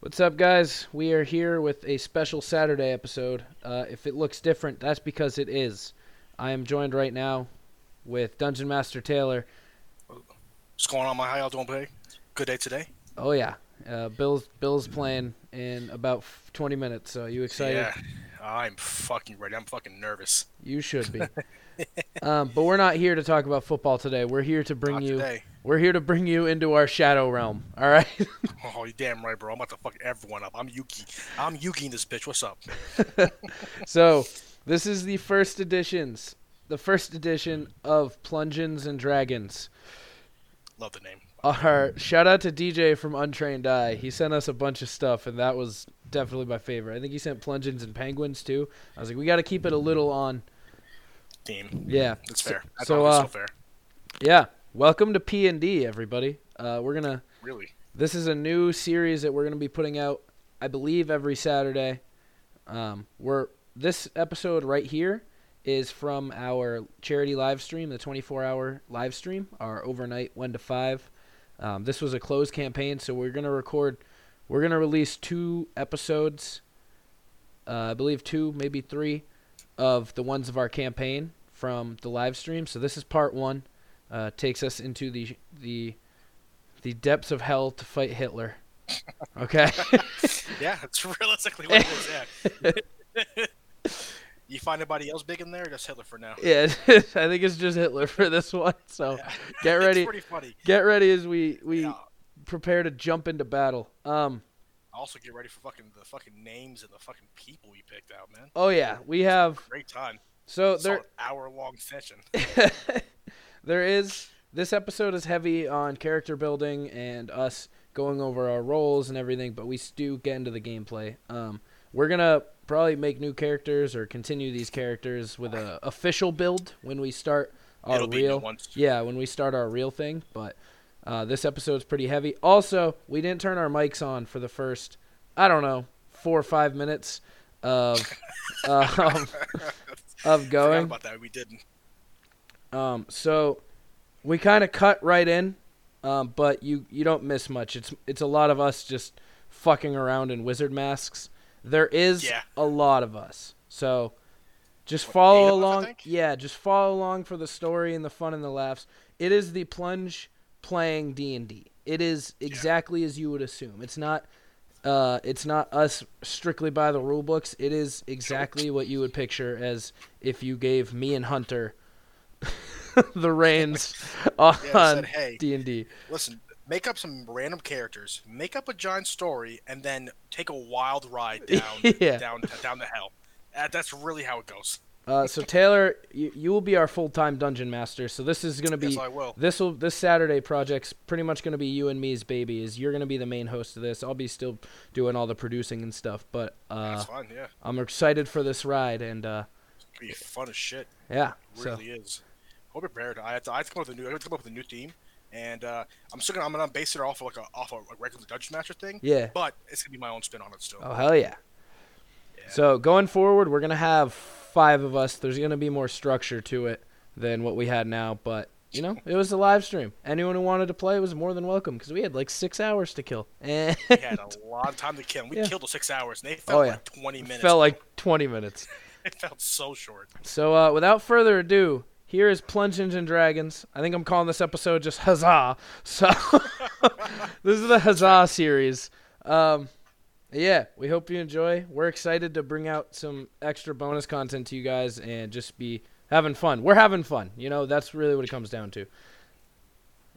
What's up, guys? We are here with a special Saturday episode. Uh, if it looks different, that's because it is. I am joined right now with Dungeon Master Taylor. What's going on, my high y'all doing today? Good day today. Oh yeah, uh, Bill's Bill's playing in about f- 20 minutes. So you excited? Yeah, I'm fucking ready. I'm fucking nervous. You should be. um, but we're not here to talk about football today. We're here to bring Not you. today. We're here to bring you into our shadow realm. All right. Oh, you damn right, bro. I'm about to fuck everyone up. I'm Yuki. I'm Yuki in this bitch. What's up? So this is the first editions, the first edition of Plungeons and Dragons. Love the name. Our shout out to DJ from Untrained Eye. He sent us a bunch of stuff, and that was definitely my favorite. I think he sent Plungeons and Penguins too. I was like, we got to keep it a little on. Team. Yeah, That's So- fair. I so, thought it was uh, so fair. yeah. Welcome to P and D, everybody. Uh, we're gonna Really. This is a new series that we're going to be putting out, I believe, every Saturday. Um, we're this episode right here is from our charity live stream, the 24-hour live stream, our overnight one to five. Um, this was a closed campaign, so we're going to record. We're going to release two episodes, uh, I believe two, maybe three, of the ones of our campaign from the live stream. So this is part one. Uh, takes us into the the the depths of hell to fight Hitler. Okay. Yeah, that's realistically what it was. Yeah. you find anybody else big in there? That's Hitler for now. yeah, I think it's just Hitler for this one. So get ready, It's pretty funny. get ready as we we Yeah. prepare to jump into battle. Um. Also, get ready for fucking the fucking names and the fucking people you picked out, man. Oh yeah, we have Great time. so It's an there hour long session. there is this episode is heavy on character building and us going over our roles and everything, but we s- do get into the gameplay. Um, we're gonna probably make new characters or continue these characters with a official build when we start our It'll be real. new ones. Yeah, when we start our real thing, but uh, this episode's pretty heavy. Also, we didn't turn our mics on for the first, I don't know, four or five minutes of um, of Forgot going. about that. We didn't. Um, so we kind of cut right in, um, but you you don't miss much. It's it's a lot of us just fucking around in wizard masks. There is Yeah. a lot of us, so just What, eight follow of us, I along. think? Yeah, just follow along for the story and the fun and the laughs. It is the plunge playing D and D. It is exactly as you would assume. It's not. Uh, it's not us strictly by the rule books. It is exactly what you would picture as if you gave me and Hunter the reins Yeah, I on said, hey, D and D. Listen, make up some random characters, make up a giant story, and then take a wild ride down Yeah. down down the hell. Uh, that's really how it goes. Uh, so Taylor, you, you will be our full-time dungeon master. So this is going to be Yes, I will. this will this Saturday project's pretty much going to be you and me's baby. Is you're going to be the main host of this. I'll be still doing all the producing and stuff, but uh, That's fun, yeah. I'm excited for this ride and uh, It's gonna be fun as shit. yeah. It So really is. Hope you're prepared. I have to, I have to come up with a new. I have to come up with a new theme, and uh, I'm still gonna I'm gonna base it off of like a off of a regular Dungeon Master thing. Yeah. But it's gonna be my own spin on it still. oh hell yeah. Yeah. So going forward, we're gonna have five of us. There's gonna be more structure to it than what we had now, but you know, it was a live stream. Anyone who wanted to play was more than welcome because we had like six hours to kill. And we had a lot of time to kill. We Yeah. killed the six hours, and they Oh, felt yeah. like 20 minutes. felt like 20 minutes. it felt so short. So uh, without further ado, here is Plungeons and Dragons. I think I'm calling this episode just Huzzah. So this is the Huzzah series. Um, yeah, we hope you enjoy. We're excited to bring out some extra bonus content to you guys and just be having fun. We're having fun. You know, that's really what it comes down to.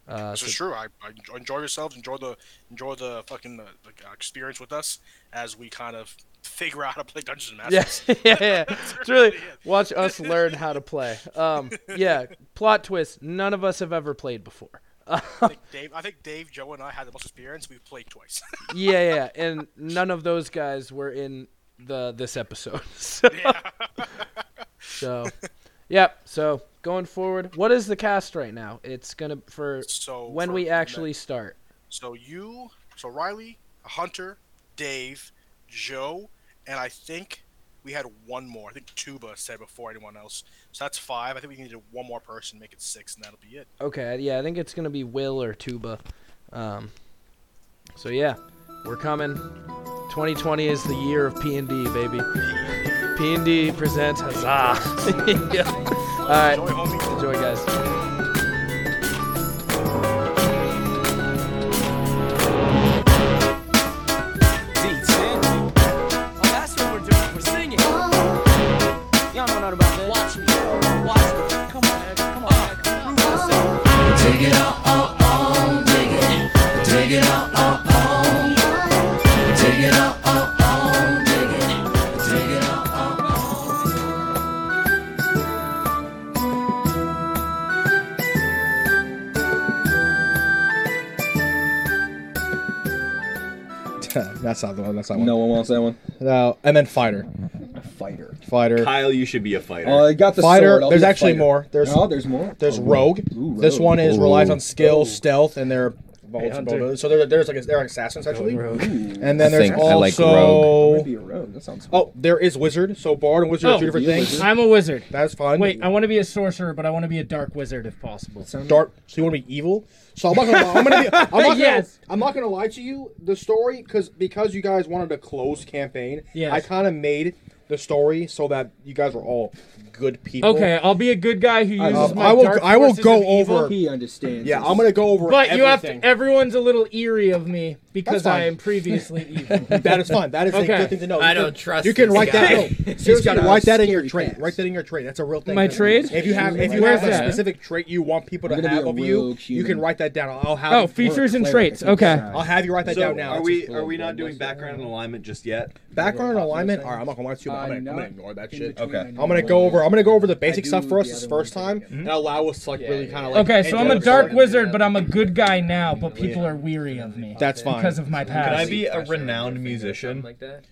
Uh, This so- is true. I, I enjoy- enjoy yourselves. Enjoy the enjoy the fucking uh, the, uh, experience with us as we kind of figure out how to play Dungeons and yeah, Masters. yeah, yeah. It's really really it. watch us learn how to play. Um, yeah, plot twist. None of us have ever played before. I think Dave, I think Dave, Joe, and I had the most experience. We've played twice. yeah, yeah, and none of those guys were in the this episode. So, so yeah. yep. So going forward, what is the cast right now? It's gonna for So when for- we actually start. so you, so Riley, Hunter, Dave, Joe, and I think we had one more. I think Tuba said before anyone else. So that's five. I think we needed one more person, make it six, and that'll be it. Okay, yeah, I think it's gonna be Will or Tuba. Um, so yeah, we're coming. 2020 is the year of P and D, baby. P and D presents huzzah! Yeah. All right, Enjoy, homie. enjoy, guys. D10. Oh, that's what we're doing. We're singing. Y'all know nothing about that. Watch me. Watch me. Come on, Ed. Come on, Ed. Prove yourself. Take it out, oh, oh, dig it. Take it out, oh, oh. Take it out, oh, oh, dig it. Take it out, oh, oh. that's not the one. That's not one. No one wants that one. No, and then fighter, Fighter. fighter, Kyle, you should be a fighter. Oh, I got the fighter. sword. I'll There's be a actually fighter. more. There's no, there's more. there's Oh, rogue. Ooh, This rogue. one is Ooh. relies on skill, stealth, and they're Hunter. vulnerable. So they're, there's like they're assassins actually. And then I there's think I like also Might be a rogue. That sounds. oh there is wizard. So bard and wizard are Oh. two different Yeah, things. wizard. I'm a wizard. That's fine. Wait, I want to be a sorcerer, but I want to be a dark wizard if possible. dark. So you want to be evil? So I'm not gonna. Lie. I'm gonna be. I'm not gonna, Yes. I'm not gonna lie to you. The story, because because you guys wanted a closed campaign, Yes. I kind of made the story so that you guys were all good people. Okay, I'll be a good guy who uses Um, my I will. dark I will forces go of evil, over. He understands. Yeah, I'm gonna go over. But you have everything. to. Everyone's a little eerie of me That's because fine. I am previously evil. that is fine. That is Okay. a good thing to know. I You can- don't trust You can this write guy. that. No, seriously, got a write that in your scary trait. past. Write that in your trait. That's a real thing. My trade? If you have, if you Where's have a that? specific trait you want people to You're gonna be have a of you, rogue you can human. write that down. I'll I'll have. oh, features and traits. Okay. I'll have you write that So, down now. Are It's we just are we low not blood doing pressure. background and alignment just yet? Background Popular alignment. thing? All right, I'm not gonna lie to you. I'm gonna, I'm not gonna ignore that in shit. between, Okay. I know I'm gonna what go it over. is. I'm gonna go over the basic do stuff for us the this other first ones time, and allow us to, like really kind of like. Okay, so I'm a enjoy dark ourselves. wizard, but I'm a good guy now. But people are weary of me That's fine. because of my past. Could I be a renowned musician?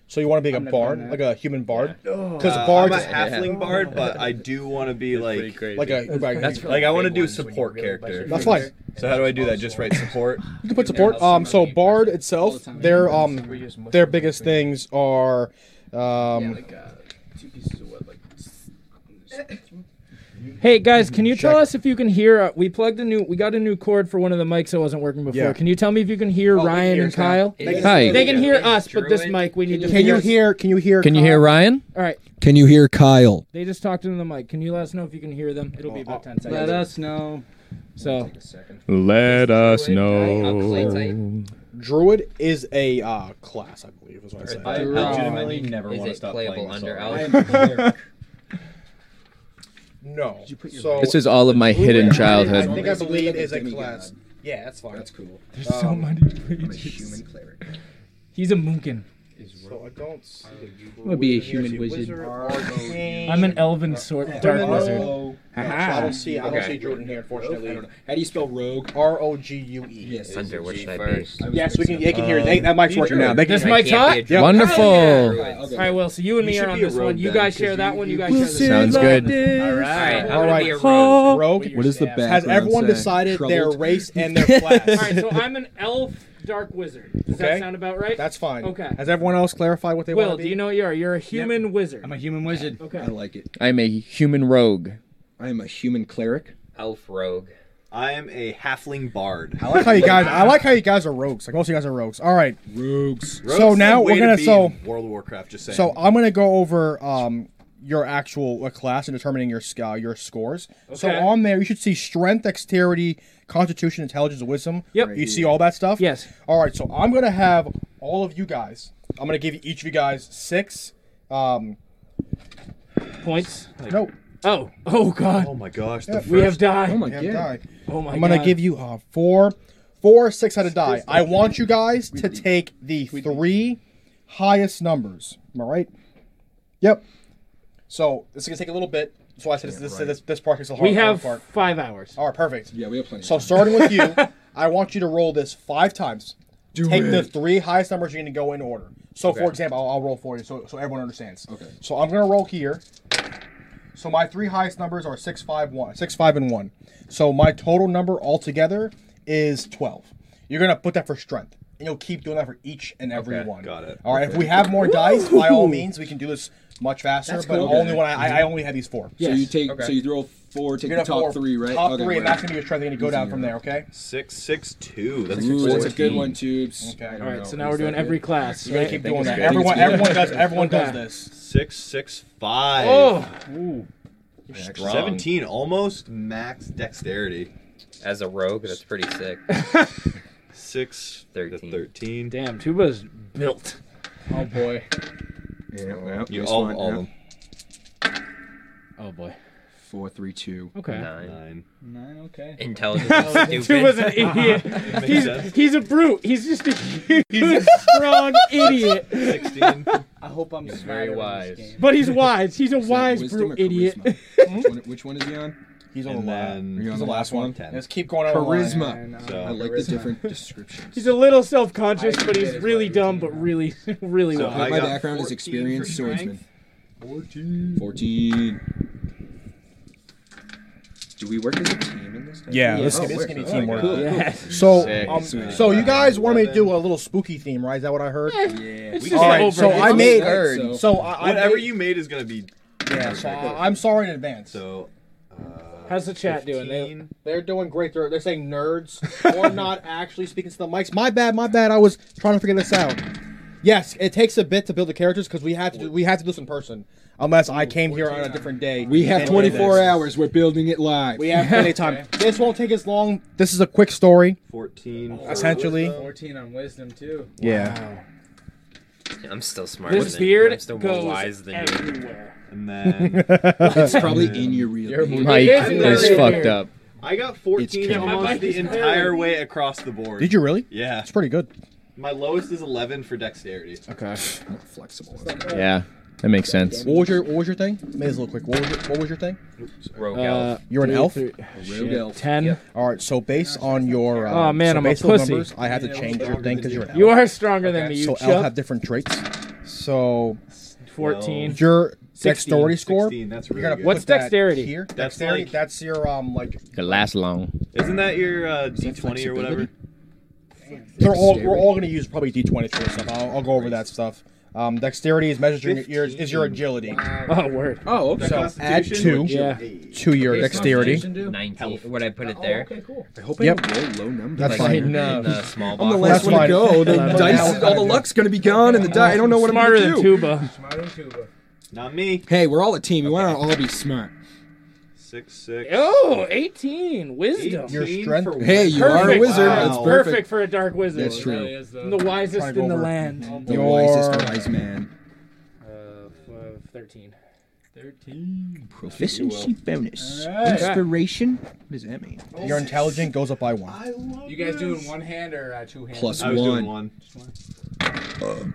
So you want to be I'm not like a bard, doing that. like a human bard? Because Uh, I'm bards a is halfling bard, but I do want to be like like a. Like, That's like I want to do support character. that's fine. So how do I do that? Just write support. You can put support. Um, so bard itself, their um, their biggest things are, um, Hey guys, can you tell Check. us if you can hear? Uh, we plugged a new. We got a new cord for one of the mics that wasn't working before. Yeah. Can you tell me if you Oh, can hear Ryan and Kyle? Hi. They can hear us, but this mic we need to. Can you us. hear? Can you hear? uh, Can you hear Ryan? All right, Can you hear Kyle? they just talked into the mic. Can you let us know if you can hear them? It'll be about ten Let seconds. us know. So Let us know. know. Druid is a uh, class, I believe. Is what Uh, I said. I legitimately never want to stop playing. this song. no. you put your- So This is all of my hidden I think childhood. I believe is a class. Yeah, that's fine. That's cool. there's so Um, many I'm a pages. human cleric. He's a moonkin. So I don't. See I'm gonna be a human wizard. I'm an elven sort dark Hello. wizard. Rogue. No, so I don't see. I don't see Druid in here, I unfortunately. don't know. How do you spell rogue? R O G U E. Hunter, where should I be? Yes, we can. They can hear. They, that mic's working now. They can This hear. mic's hot. Yeah. Wonderful. All right, well, so you and me should are on be a this rogue one. You then, guys 'cause share you- that one. You you- guys share this one. Sounds good. All right. All right. Rogue. Rogue. What is the Staff. back- Has Background everyone say. decided their Troubled. race and their class? All right, so I'm an elf dark wizard. Does that Okay. sound about right? That's fine. Okay. Has everyone else clarified what they Will, want to do be? you know what you are? You're a human wizard. I'm a human wizard. Okay. I like it. I'm a human rogue. I am a human cleric. Elf rogue. I am a halfling bard. I like how you guys. I like how you guys are rogues. Like most of you guys are rogues. All right. Rogues. Rogue's so the now way we're to gonna. be So in World of Warcraft. Just saying. so I'm gonna go over um your actual uh, class and determining your sc- uh, your scores. So Okay. on there you should see strength, dexterity, constitution, intelligence, wisdom. Yep. You see all that stuff. Yes. All right. So I'm gonna have all of you guys. I'm gonna give each of you guys six. Um. Points. Like- Nope. Oh. Oh oh God. my gosh, the We have first- died. Oh my Yeah, god. die. Oh my I'm gonna God. give you uh, four, four six sided die. I want you guys to take the three highest numbers. Am I right? Yep. So this is gonna take a little bit. That's why I said this. This, this, this part is the hard, We have hard part. five hours. All right, perfect. Yeah, we have plenty. So starting with you, I want you to roll this five times. take the three highest numbers. You're gonna go in order. So for example, I'll, I'll roll for you, so so everyone understands. Okay. So I'm gonna roll here. So my three highest numbers are six, five, one, six, five, and one. So my total number altogether is twelve. You're gonna put that for strength. and you'll keep doing that for each and every Okay, one. got it. All right. If we have more dice, by all means, we can do this much faster. That's but cool. only when I, I, I only have these four. So you take, Okay. so you throw four, take You're the gonna top have four- three, right? Top Okay, three, and whatever. that's gonna be your trend. You're gonna go down from there. Okay. Six six two. That's Ooh, a that's a good. good one, tubes. Okay. All right, so now we're doing every class. You're gonna Right? keep doing that. good. I think Everyone, it's good. everyone does. Everyone does Okay. this. Six six five. Oh, Strong. Seventeen, almost max dexterity. As a rogue, that's pretty sick. Six Thirteen. to thirteen. damn, Tuba's built. Oh boy. Yeah, yeah, You this all, one, all yeah. of them. Oh boy. Four, three, two. Okay. Nine. Nine. Nine, okay. Intelligence is Tuba's stupid. an idiot. Makes He's, sense. he's a brute. He's just a huge, strong idiot. Sixteen. I hope I'm very smarter in this wise. game. But he's wise. He's a wise wisdom or brute idiot. charisma? which, one, which one is he on? He's on and the last. then Are you He's on the last one. Ten. Let's keep going. on the line. Charisma. And, uh, So- I like the charisma. different descriptions. He's a little self-conscious, I but did he's as really well, dumb, too. but really, really So wise. I My got background is 14 experienced for strength. swordsman. 14. Do we work as a team in this? Yeah, Yeah. this, Oh, this we're- can be oh, uh, teamwork. cool. Yes. So, Sick. um, Sweet. so you guys want me to Eleven. do a little spooky theme, right? Is that what I heard? Yeah. It's We just can- over. Alright, so it. I It's made- absurd. So- So I, I Whatever made- you made is gonna be Yeah, so I, I'm sorry in advance. so. Uh, How's the chat doing? They- 15. They're doing great. They're, they're saying nerds or not actually speaking to the mics. My bad, my bad. I was trying to figure this out. Yes, it takes a bit to build the characters because we have to do, we have to do this in person unless I came here on a different day. We have and- 24 hours. We're building it live. We have plenty of time. This won't take as long. This is a quick story, 14. for essentially. wisdom. 14 on wisdom too. Yeah. I'm still smarter This than beard I'm still more goes wise than you. everywhere. And then It's probably in your real. name. Mike It is in is there. fucked up. I got It's 14 Yeah, my almost mic the is entire hurting. way across the board. Did you really? Yeah. It's pretty good. My lowest is 11 for dexterity. Okay. flexible. Yeah, that makes sense. What was your What was your thing? Made this a little quick. What was your, what was your thing? Rogue Uh, elf. You're an three, elf? three- Rogue elf. Ten. All right. So based on your um, Aw, man, so I'm a based on the pussy. numbers, I have to change your thing because you're an elf. You are stronger than me. You so elf chuck. have different traits. So Fourteen. your dexterity 16, score. 16, that's You're really gonna good. put What's that dexterity? Here, That's dexterity. like- that's your um like. It lasts long. Isn't that your uh, d20 or whatever? flexibility? They're all we're all gonna use probably d20 for this stuff. I'll, I'll go over that stuff. Um, dexterity is measuring your is your agility. Oh, word. Oh, The okay. So add two Constitution? Yeah. to your dexterity. Nineteen. Would I put it there? okay, cool. I hope I Yep. don't roll low numbers. That's Like fine. in the- in the small box. I'm the That's last one fine. to go. The That's dice, fine. all the luck's gonna be gone, and the die. I don't know what Smarter I'm gonna than do. Tuba. Smarter than Tuba. Not me. Hey, we're all a team. We want to all be smart. 6, 6. Oh, 18. Wisdom. 18 Your strength- for Hey, you Perfect. are a wizard. Wow. That's perfect. perfect. for a dark wizard. That's true. Really is, though. I'm the wisest in the Over. land. The Your- wisest wise man. Uh, Mm-hmm. f- thirteen. 13. Proficiency bonus. Alright. Inspiration. What does that mean? Your intelligence goes up by one. You guys doing one hand or uh, two hands? Plus I was doing one. one.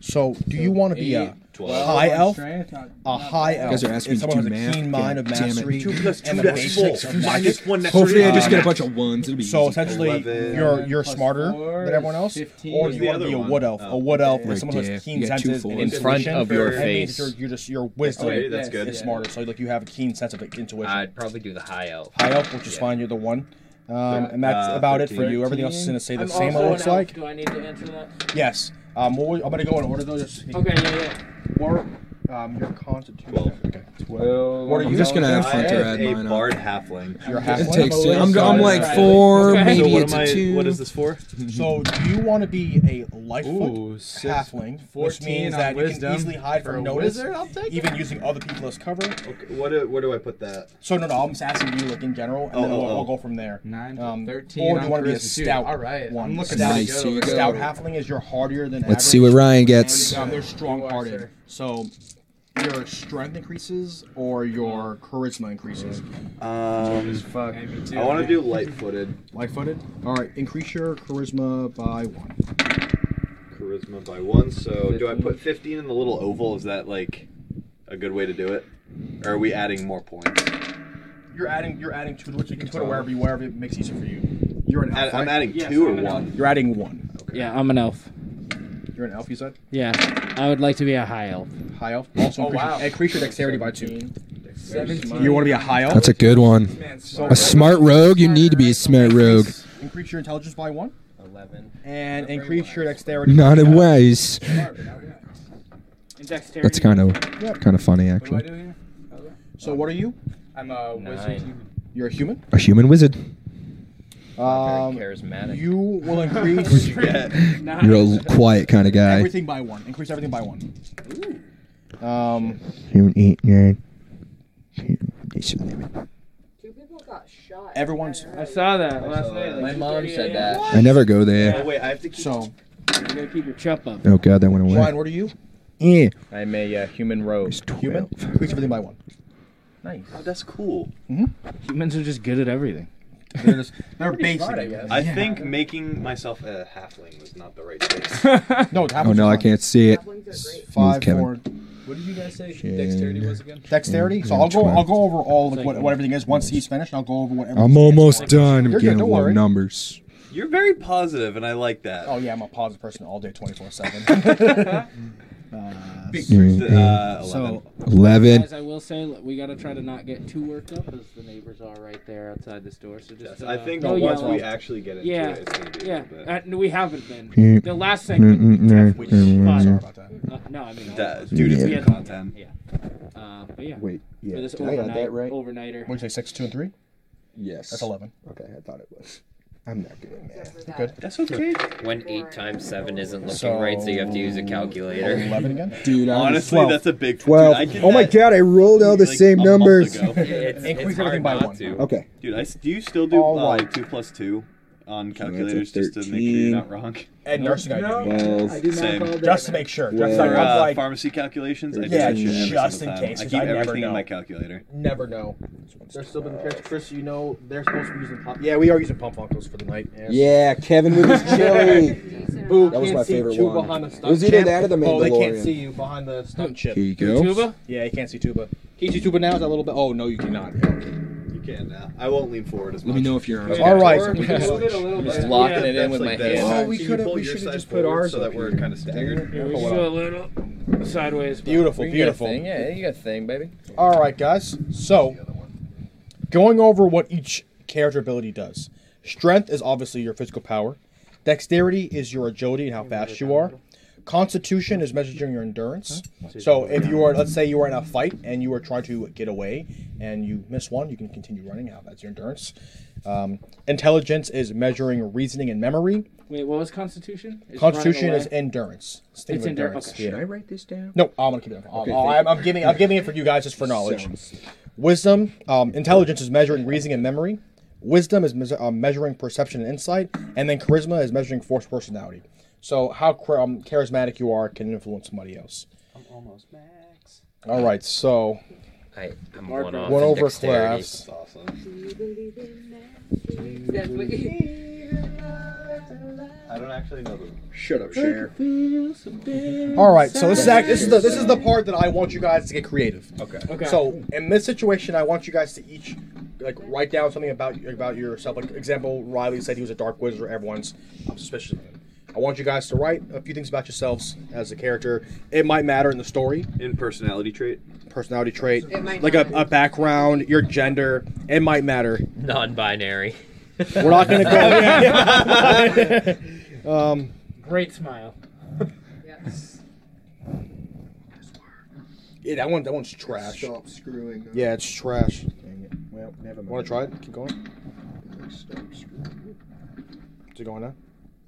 So do you want to be a Twelve. high elf? Strength, not- A high elf guys are asking is me to someone do who's a math. keen God mind of damn it. mathers Two and the That's basics four. of magic. Minus one next Hopefully, I to just it. get a bunch of ones. It'll be So easy. essentially, Eleven. you're you're Plus smarter four than everyone is else, 15. or Where's do you the want to other be a one? wood elf? Oh. a wood elf Right is someone who there. has keen You got two senses fours. and In intuition. front of your That means face. you're, you're just your wisdom. Okay, that's is good. smarter, so like you have a keen sense of intuition. I'd probably do the high elf. high up, which is fine. You're the one. Um, and that's Uh, about it for 13. you. Everything else is gonna say the I'm same. It also looks an elf. like. Do I need to answer that? Yes. Um, what we- I'm gonna go in order though. Just Okay, yeah, yeah. Or, um, your constitution. Twelve. Okay. Well, What are I'm you- just gonna have I fun to am add a mine up. bard halfling. Your It half. takes two. I'm, so I'm it's like alright. four, Okay. So maybe what it's am a I? two. What is this for? So do you want to be a Lightfoot Ooh, six- halfling, which 14 means on that you can wisdom easily hide for from a notice, wizard? I'll take even using other people as cover. Okay, what do, where do I put that? So no, no, I'm just asking you like in general, and then Oh, we'll, oh, we'll oh. go from there. Nine, Um, thirteen or do you on want to be a charisma, too. stout? All right, one? I'm looking stout, pretty Nice, here we go. stout halfling is you're hardier than. Let's average. see what Ryan gets. Um, they're strong sir. hearted. So your strength increases or your charisma increases. Um, Fuck. me too. I want to do light-footed. Light footed? Alright, increase your charisma by one. Charisma by one. So do I put 15 in the little oval? Is that like a good way to do it? Or are we adding more points? You're adding you're adding two to which you can put it wherever you wherever it makes easier for you. You're an Add, elf. I'm right? adding two or I'm an one. You're adding one. Yeah, I'm an elf. You're an elf, you said? Yeah, I would like to be a high elf. High elf. Also Oh, increase, wow. your, increase your dexterity by two. 17. You want to be a high elf? That's a good one. Man, A smart rogue. You need to be a smart rogue. increase your intelligence by one. I 11. and increase your dexterity. Not a wise. In dexterity. That's kind of kind of funny, What do I actually. do here? Okay. So what are you? I'm a wizard. human. You're a human. A human wizard. Um, charismatic. You will increase You're a l- quiet kind of guy. everything by one. Increase everything by one. Um, Human eat nerd. Human eat nerd. everyone's. I saw that last night. Like My mom 2:30 said a.m. that. I never go there. Oh, wait, I have to keep. So, You gotta keep your chup up. Oh god, that went away. Ryan, what are you? Yeah. I'm a uh, human rogue. It's 12. Human. Increase everything by one. Nice. Oh, that's cool. Humans are just good at everything. They're just they're basic. smart, I guess. I think making myself a halfling was not the right choice. No, it Oh happens no, I once. can't see it. Five, Move, Kevin. four, What did you guys say Shit. dexterity was again? dexterity. So Yeah, I'll go. twelve. I'll go over all like, what, what everything is once he's finished. and I'll go over what. I'm everything is. almost done. I'm You're good, getting don't low worry. numbers. You're very positive, and I like that. Oh yeah, I'm a positive person all day, twenty four seven. Uh, Big Mm, Mm-hmm. first, uh, So, 11. Eleven. guys, I will say like, we gotta try to not get too worked up as the neighbors are right there outside this door. So just Yes, uh, I think no once yellow. we actually get into Yeah. it, it's gonna be a yeah, little bit. uh, no, we haven't Yeah. been. The last Mm, segment. mm, mm, we mm, definitely- Sorry mm, about that. Uh, no, I mean That- we dude, it's had- good content. Yeah. Uh, but yeah. Wait. for this overnight, Overnighter. What do you say? Six, two, and three. Yes. That's eleven. Okay, I thought it was. I'm not good at math. Good. That's okay. When 8 times 7 isn't looking right, so you have to use a calculator. Eleven again. Dude, I was Honestly, 12. that's a big dude, 12. I did oh my that, god, I rolled all the like, same a month numbers. ago. it's, Increase it's everything hard by not one. to. Okay. Dude, I s- do you still do All uh, right. like two plus two on that's a calculators just to make sure you're not wrong? And nursing I did. I Well, do math Same. all day. Just to make sure. Just like, Yeah. For, I'm uh, like, pharmacy calculations. I do Yeah, that shit every just single in time. case, I 'cause keep I never everything in know. my calculator. never know. There's still been Chris. Chris, you know they're supposed to be using pop. Yeah, we are using pump uncles for the night. yeah, Kevin with his chili. Who That was can't my see favorite Tuba one. behind the It stunt was either chip? that or the Oh, they can't Mandalorian. see you behind the stunt chip. Here you go. Tuba? Yeah, you can't see Tuba. Can you see Tuba now? Is that a little bit? Oh no, you cannot. You can now. I won't lean forward as much. if you're on. Okay. All right. Or we can move it a little bit. Just locking Yeah. it in with my hands. hand. Oh, we coulda- we shoulda just put ours so that up we're here. kind of staggered. Here, we just go a little sideways. but- Beautiful, You got a beautiful. thing, Yeah, you got a thing, baby. All right, guys. So, going over what each character ability does. Strength is obviously your physical power. Dexterity is your agility and how fast you are. Constitution is measuring your endurance. So, if you are, let's say you are in a fight and you are trying to get away and you miss one, you can continue running. How that's your endurance. Um, intelligence is measuring reasoning and memory. Wait, what was Constitution? It's Constitution running is away. endurance. It's, It's endur- okay. Yeah. Should I write this down? No, I'm gonna keep it. I'll- Okay, I'll- I'm, I'm giving. I'm giving it for you guys just for knowledge. Wisdom, um, intelligence is measuring reasoning and memory. Wisdom is mes- uh, measuring perception and insight, and then charisma is measuring force personality. So how char- um, charismatic you are can influence somebody else. I'm almost max. All right, so I, I'm Hard one drive. off. one in over dexterity. class. I don't actually know the. Shut up, Cher. All right, so this is act- this is the this is the part that I want you guys to get creative. Okay. Okay. So in this situation, I want you guys to each like write down something about about yourself. Like example, Riley said he was a dark wizard. Everyone's I'm suspicious of him. I want you guys to write a few things about yourselves as a character. It might matter in the story, In personality trait. personality trait, It might like a, not. a background, your gender. It might matter. Non-binary. We're not gonna go. um, Great smile. Yes. yeah, that one that one's trash. Stop screwing. Up. Yeah, it's trash. Dang it. Well, never mind. Want to try it? Keep going. Stop screwing. up. Is it going now?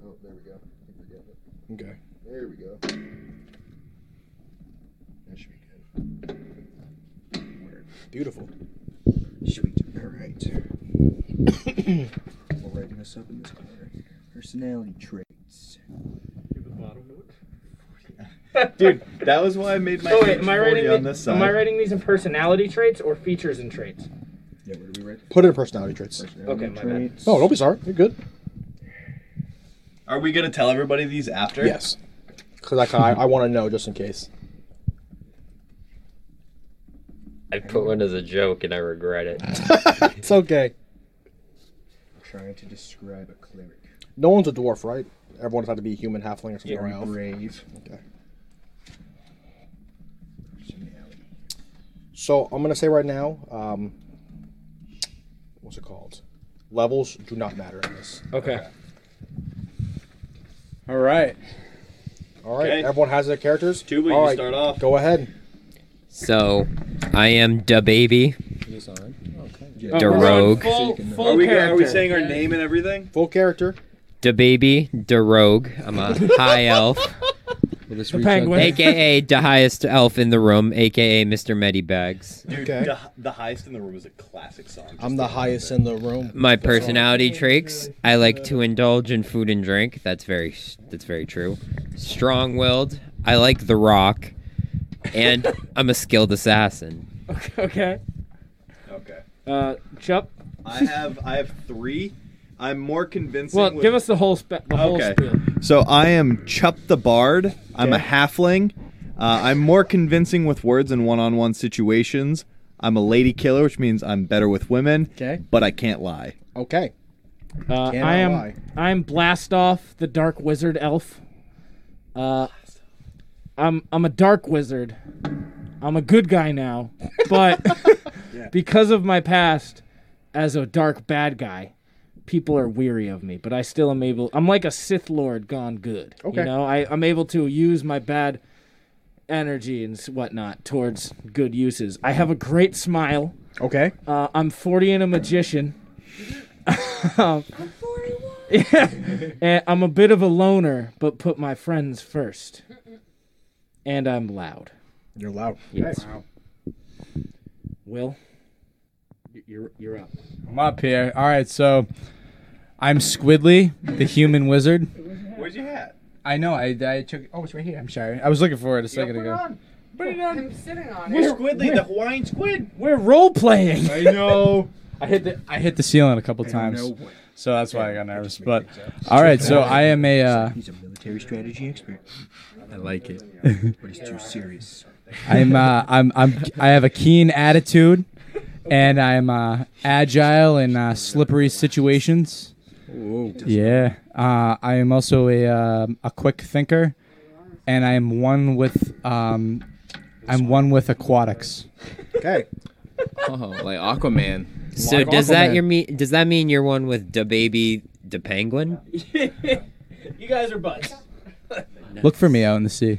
Oh, there we go. I think we got it. Okay. There we go. That should be good. Beautiful. Sweet. All right. We're writing this up in this corner. Personality traits. Dude, that was why I made my. So Oh, wait, am I 40 writing? on the- this side? am I writing these in personality traits or features and traits? Yeah, where do we write? Put it in personality traits. Personality Okay, my bad. traits. No, Oh, don't be sorry. You're good. Are we gonna tell everybody these after? Yes. Because I, kinda- I, want to know just in case. I put one as a joke and I regret it. It's okay. Trying to describe a cleric. No one's a dwarf, right? Everyone's had to be a human, halfling, or something. or Very elf. brave. Okay. Personality. So I'm gonna say right now, um, what's it called? Levels do not matter in this. Okay. All right. All right. Okay. Everyone has their characters. Tuba, you All right, start off. Go ahead. So, I am da baby. Oh, Da rogue. are, we, are we saying our name and everything? Full character. Da baby. Da rogue. I'm a high elf. The reach out- penguin. AKA the highest elf in the room. AKA Mr. Medibags. Dude, Okay. the, the highest in the room is a classic song. I'm the highest in the room. My That's all. personality traits: I like to indulge in food and drink. That's very that's very true. Strong-willed. I like The Rock, and I'm a skilled assassin. okay. Okay. Uh, Chup. I have I have three. I'm more convincing. Well, with- give us the whole spe- the whole Okay. spiel. So I am Chup the Bard. I'm a Okay. halfling. Uh, I'm more convincing with words in one-on-one situations. I'm a lady killer, which means I'm better with women. Okay. But I can't lie. Okay. Uh, Cannot I am lie. I'm Blastoff, the Dark Wizard Elf. Uh, I'm I'm a Dark Wizard. I'm a good guy now, but because of my past as a dark bad guy, people are weary of me. But I still am able. I'm like a Sith Lord gone good. Okay. You know, I, I'm able to use my bad energy and s- whatnot towards good uses. I have a great smile. Okay. Uh, I'm 40 and a magician. I'm 41. and I'm a bit of a loner, but put my friends first. And I'm loud. You're loud. Yes. Okay. Will, y- you're you're up. I'm up here. All right, so I'm Squidly, the human wizard. Where's your hat? I know. I, I took. Oh, it's right here. I'm sorry. I was looking for it a second ago. Put it on. I'm sitting on We're it. Squidly, the Hawaiian squid. We're role playing. I know. I hit the I hit the ceiling a couple I times. know what- So that's why I got nervous. But up. all right, so I am a. Uh, He's a military strategy expert. I like it, but he's too serious. I'm uh, I'm I'm I have a keen attitude, and I'm uh, agile in uh, slippery situations. Whoa. Yeah, uh, I am also a um, a quick thinker, and I am one with um, I'm one with aquatics. Okay. Oh, like Aquaman. So Like does that Aquaman. your mean? Does that mean you're one with da baby, da penguin? you guys are buds. Look for me out in the sea.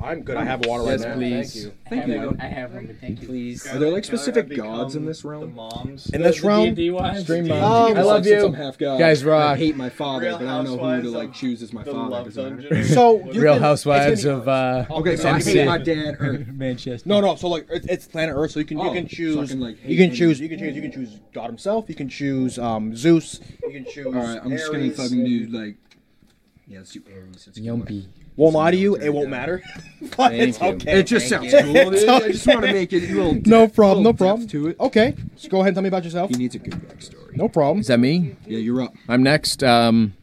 I'm good. I have water Yes, right now. please. Thank you. Thank you. I have one, but thank you. Please. Are there like specific gods in this realm? The moms. In this realm, D&D wise? stream Um, moms. I love you. I'm half god. Guys rock. I hate my father, Real but I don't know who to Housewives like of choose as my the father. Love Doesn't matter. Dungeon. So you Real can- Housewives it's gonna- of uh, Okay, so I MC. hate my dad, Earth. Manchester. No, no. So like, it's, it's planet Earth. So you can you Oh, can so I choose. can, like, you hate can him. choose. You can choose. You can choose God Himself. You can choose um, Zeus. You can choose. All right, I'm just gonna Ares. fucking do like. Yeah, let's do Aries. Let's go. Won't lie to you. It won't matter. but it's Thank you. okay. It just Thank sounds you. cool, It's dude. I just wanna okay. make it a little depth- No problem. No little problem. depth to it. Okay. Just go ahead and tell me about yourself. He needs a good backstory. No problem. Is that me? Yeah, you're up. I'm next. Um,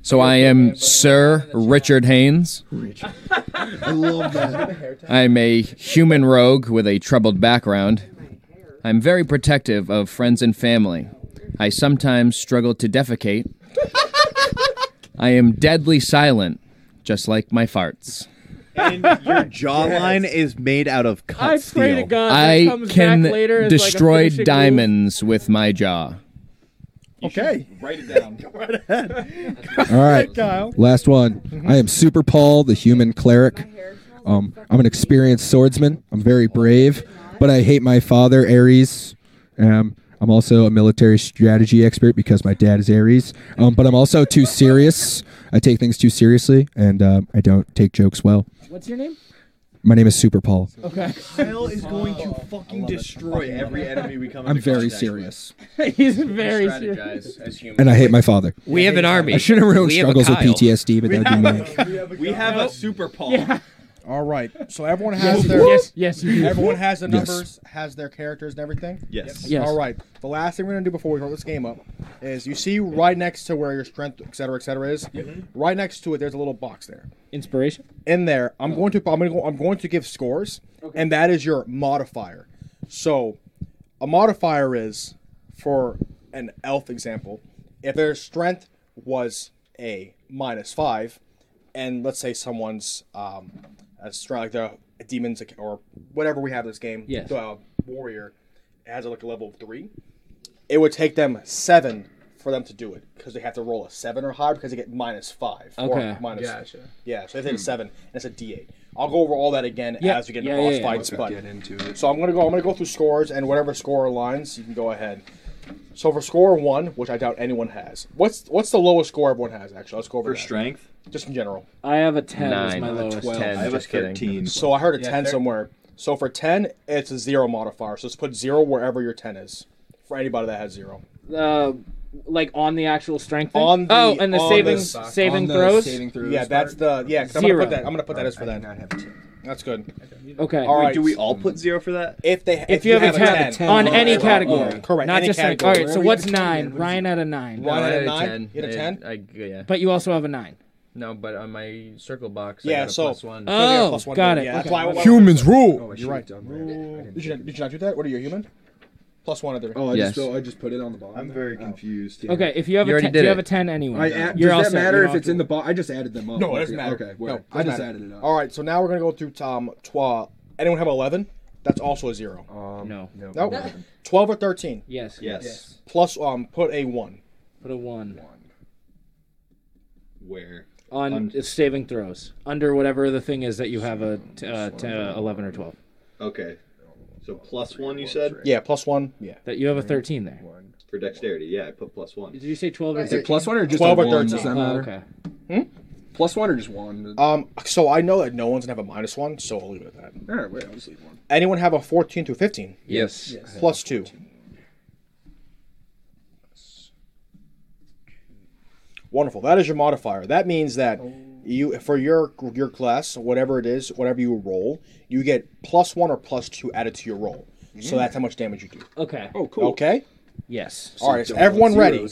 so I am Sir Richard Haynes. I love that. I'm a human rogue with a troubled background. I'm very protective of friends and family. I sometimes struggle to defecate. I am deadly silent, just like my farts. And your jawline is made out of cut I pray steel. to God that I Uh, comes can back later as, like, a destroy finishing move. diamonds with my jaw. Okay. Write it down. right ahead. All right, Kyle. last one. I am Super Paul, the human cleric. Um, I'm an experienced swordsman. I'm very brave, but I hate my father, Ares. Um, I'm also a military strategy expert because my dad is Ares. Um, but I'm also too serious. I take things too seriously, and um, I don't take jokes well. What's your name? My name is Super Paul. Okay. Kyle is going to fucking destroy every enemy we come. I'm into very contact with. serious, He's very serious. as humans. and I hate my father. We have an army. I shouldn't ruin We have a struggles with Kyle. PTSD, but that'd be me. We have a super Paul. All right. So everyone has their Yes, yes, you do. Everyone has the Yes. numbers, has their characters and everything. Yes. Yes. All right. The last thing we're gonna do before we wrap this game up is you see right next to where your strength, et cetera, et cetera, is. Right next to it, there's a little box there. Inspiration. In there, I'm going to I'm going to go, I'm going to give scores, and that is your modifier. So, a modifier is for an elf example, if their strength was a minus five, and let's say someone's um, a strong like the demons or whatever we have this game, Yes. the warrior has like a level three, it would take them seven for them to do it because they have to roll a seven or higher because they get minus five. Okay. Or minus, Gotcha. Yeah, so they take Hmm. a seven and it's a D eight. I'll go over all that again Yeah, as we get yeah, into boss yeah, yeah. fights, Okay. but Get into it. so I'm gonna go. I'm gonna go through scores and whatever score aligns, you can go ahead. So for score one, which I doubt anyone has, what's what's the lowest score everyone has? Actually, let's go over For that. strength? just in general. I have a 10 as my lowest. I have a 13. So I heard a Yeah, 10 thir- somewhere. So for 10, it's a zero modifier. So just put zero wherever your 10 is for anybody that has zero. Uh, like on the actual strength. thing? On the, oh, and the on saving the- saving throws. Yeah, that's the yeah. 'cause I'm gonna Zero. put that. I'm gonna put that as for that. That's good. Okay. All Wait, right. do we all put zero for that? If they, If you have, a 10, on any overall. category, correct. Not any just like- category. all right. So what's nine? Ryan had a nine. Ryan Uh, had a nine. You had a 10. I, yeah. But you also have a nine. No, but on my circle box, Yeah, I got a so- plus one. so they got a plus one Oh, got to it. Yeah, that's Okay. why I- Humans rule. Oh, You're right. Did you, did you not do that? What are you, a human? Plus one other. Oh, I just Yes. feel- I just put it on the bottom. Oh. I'm very confused. yeah. Okay, if you have a 10, do you have a 10 anyway. I add, You're does also- that matter you're if off it's in the box? I just added them up. No, it Okay, doesn't matter. Okay, no, word. it I doesn't just matter. added it up. All right, so now we're gonna go through Tom. Twa. Anyone have eleven? That's also a zero. Um, no. No. No. Twelve or thirteen? Yes. Yes. Yes. Plus, um, put a one. Put a one. Where? On, it's saving throws under whatever the thing is that you have a t- uh, t- uh, 11 or 12. Okay. So plus one, you said? Yeah, plus one. Yeah. That you have a 13 there. For dexterity, yeah, I put plus one. Did you say 12 or Is it 13? plus one or just Twelve or thirteen. Oh, okay. Plus one or just one? Um, so I know that no one's gonna have a minus one, so I'll leave it at that. All right, wait, I'll just leave one. Anyone have a fourteen to fifteen? Yes. Yes. Plus two. Wonderful. That is your modifier. That means that you for your your class, whatever it is, whatever you roll, you get plus one or plus two added to your roll. So Mm. that's how much damage you do. Okay. Oh, cool. Okay. Yes. All right. So everyone ready?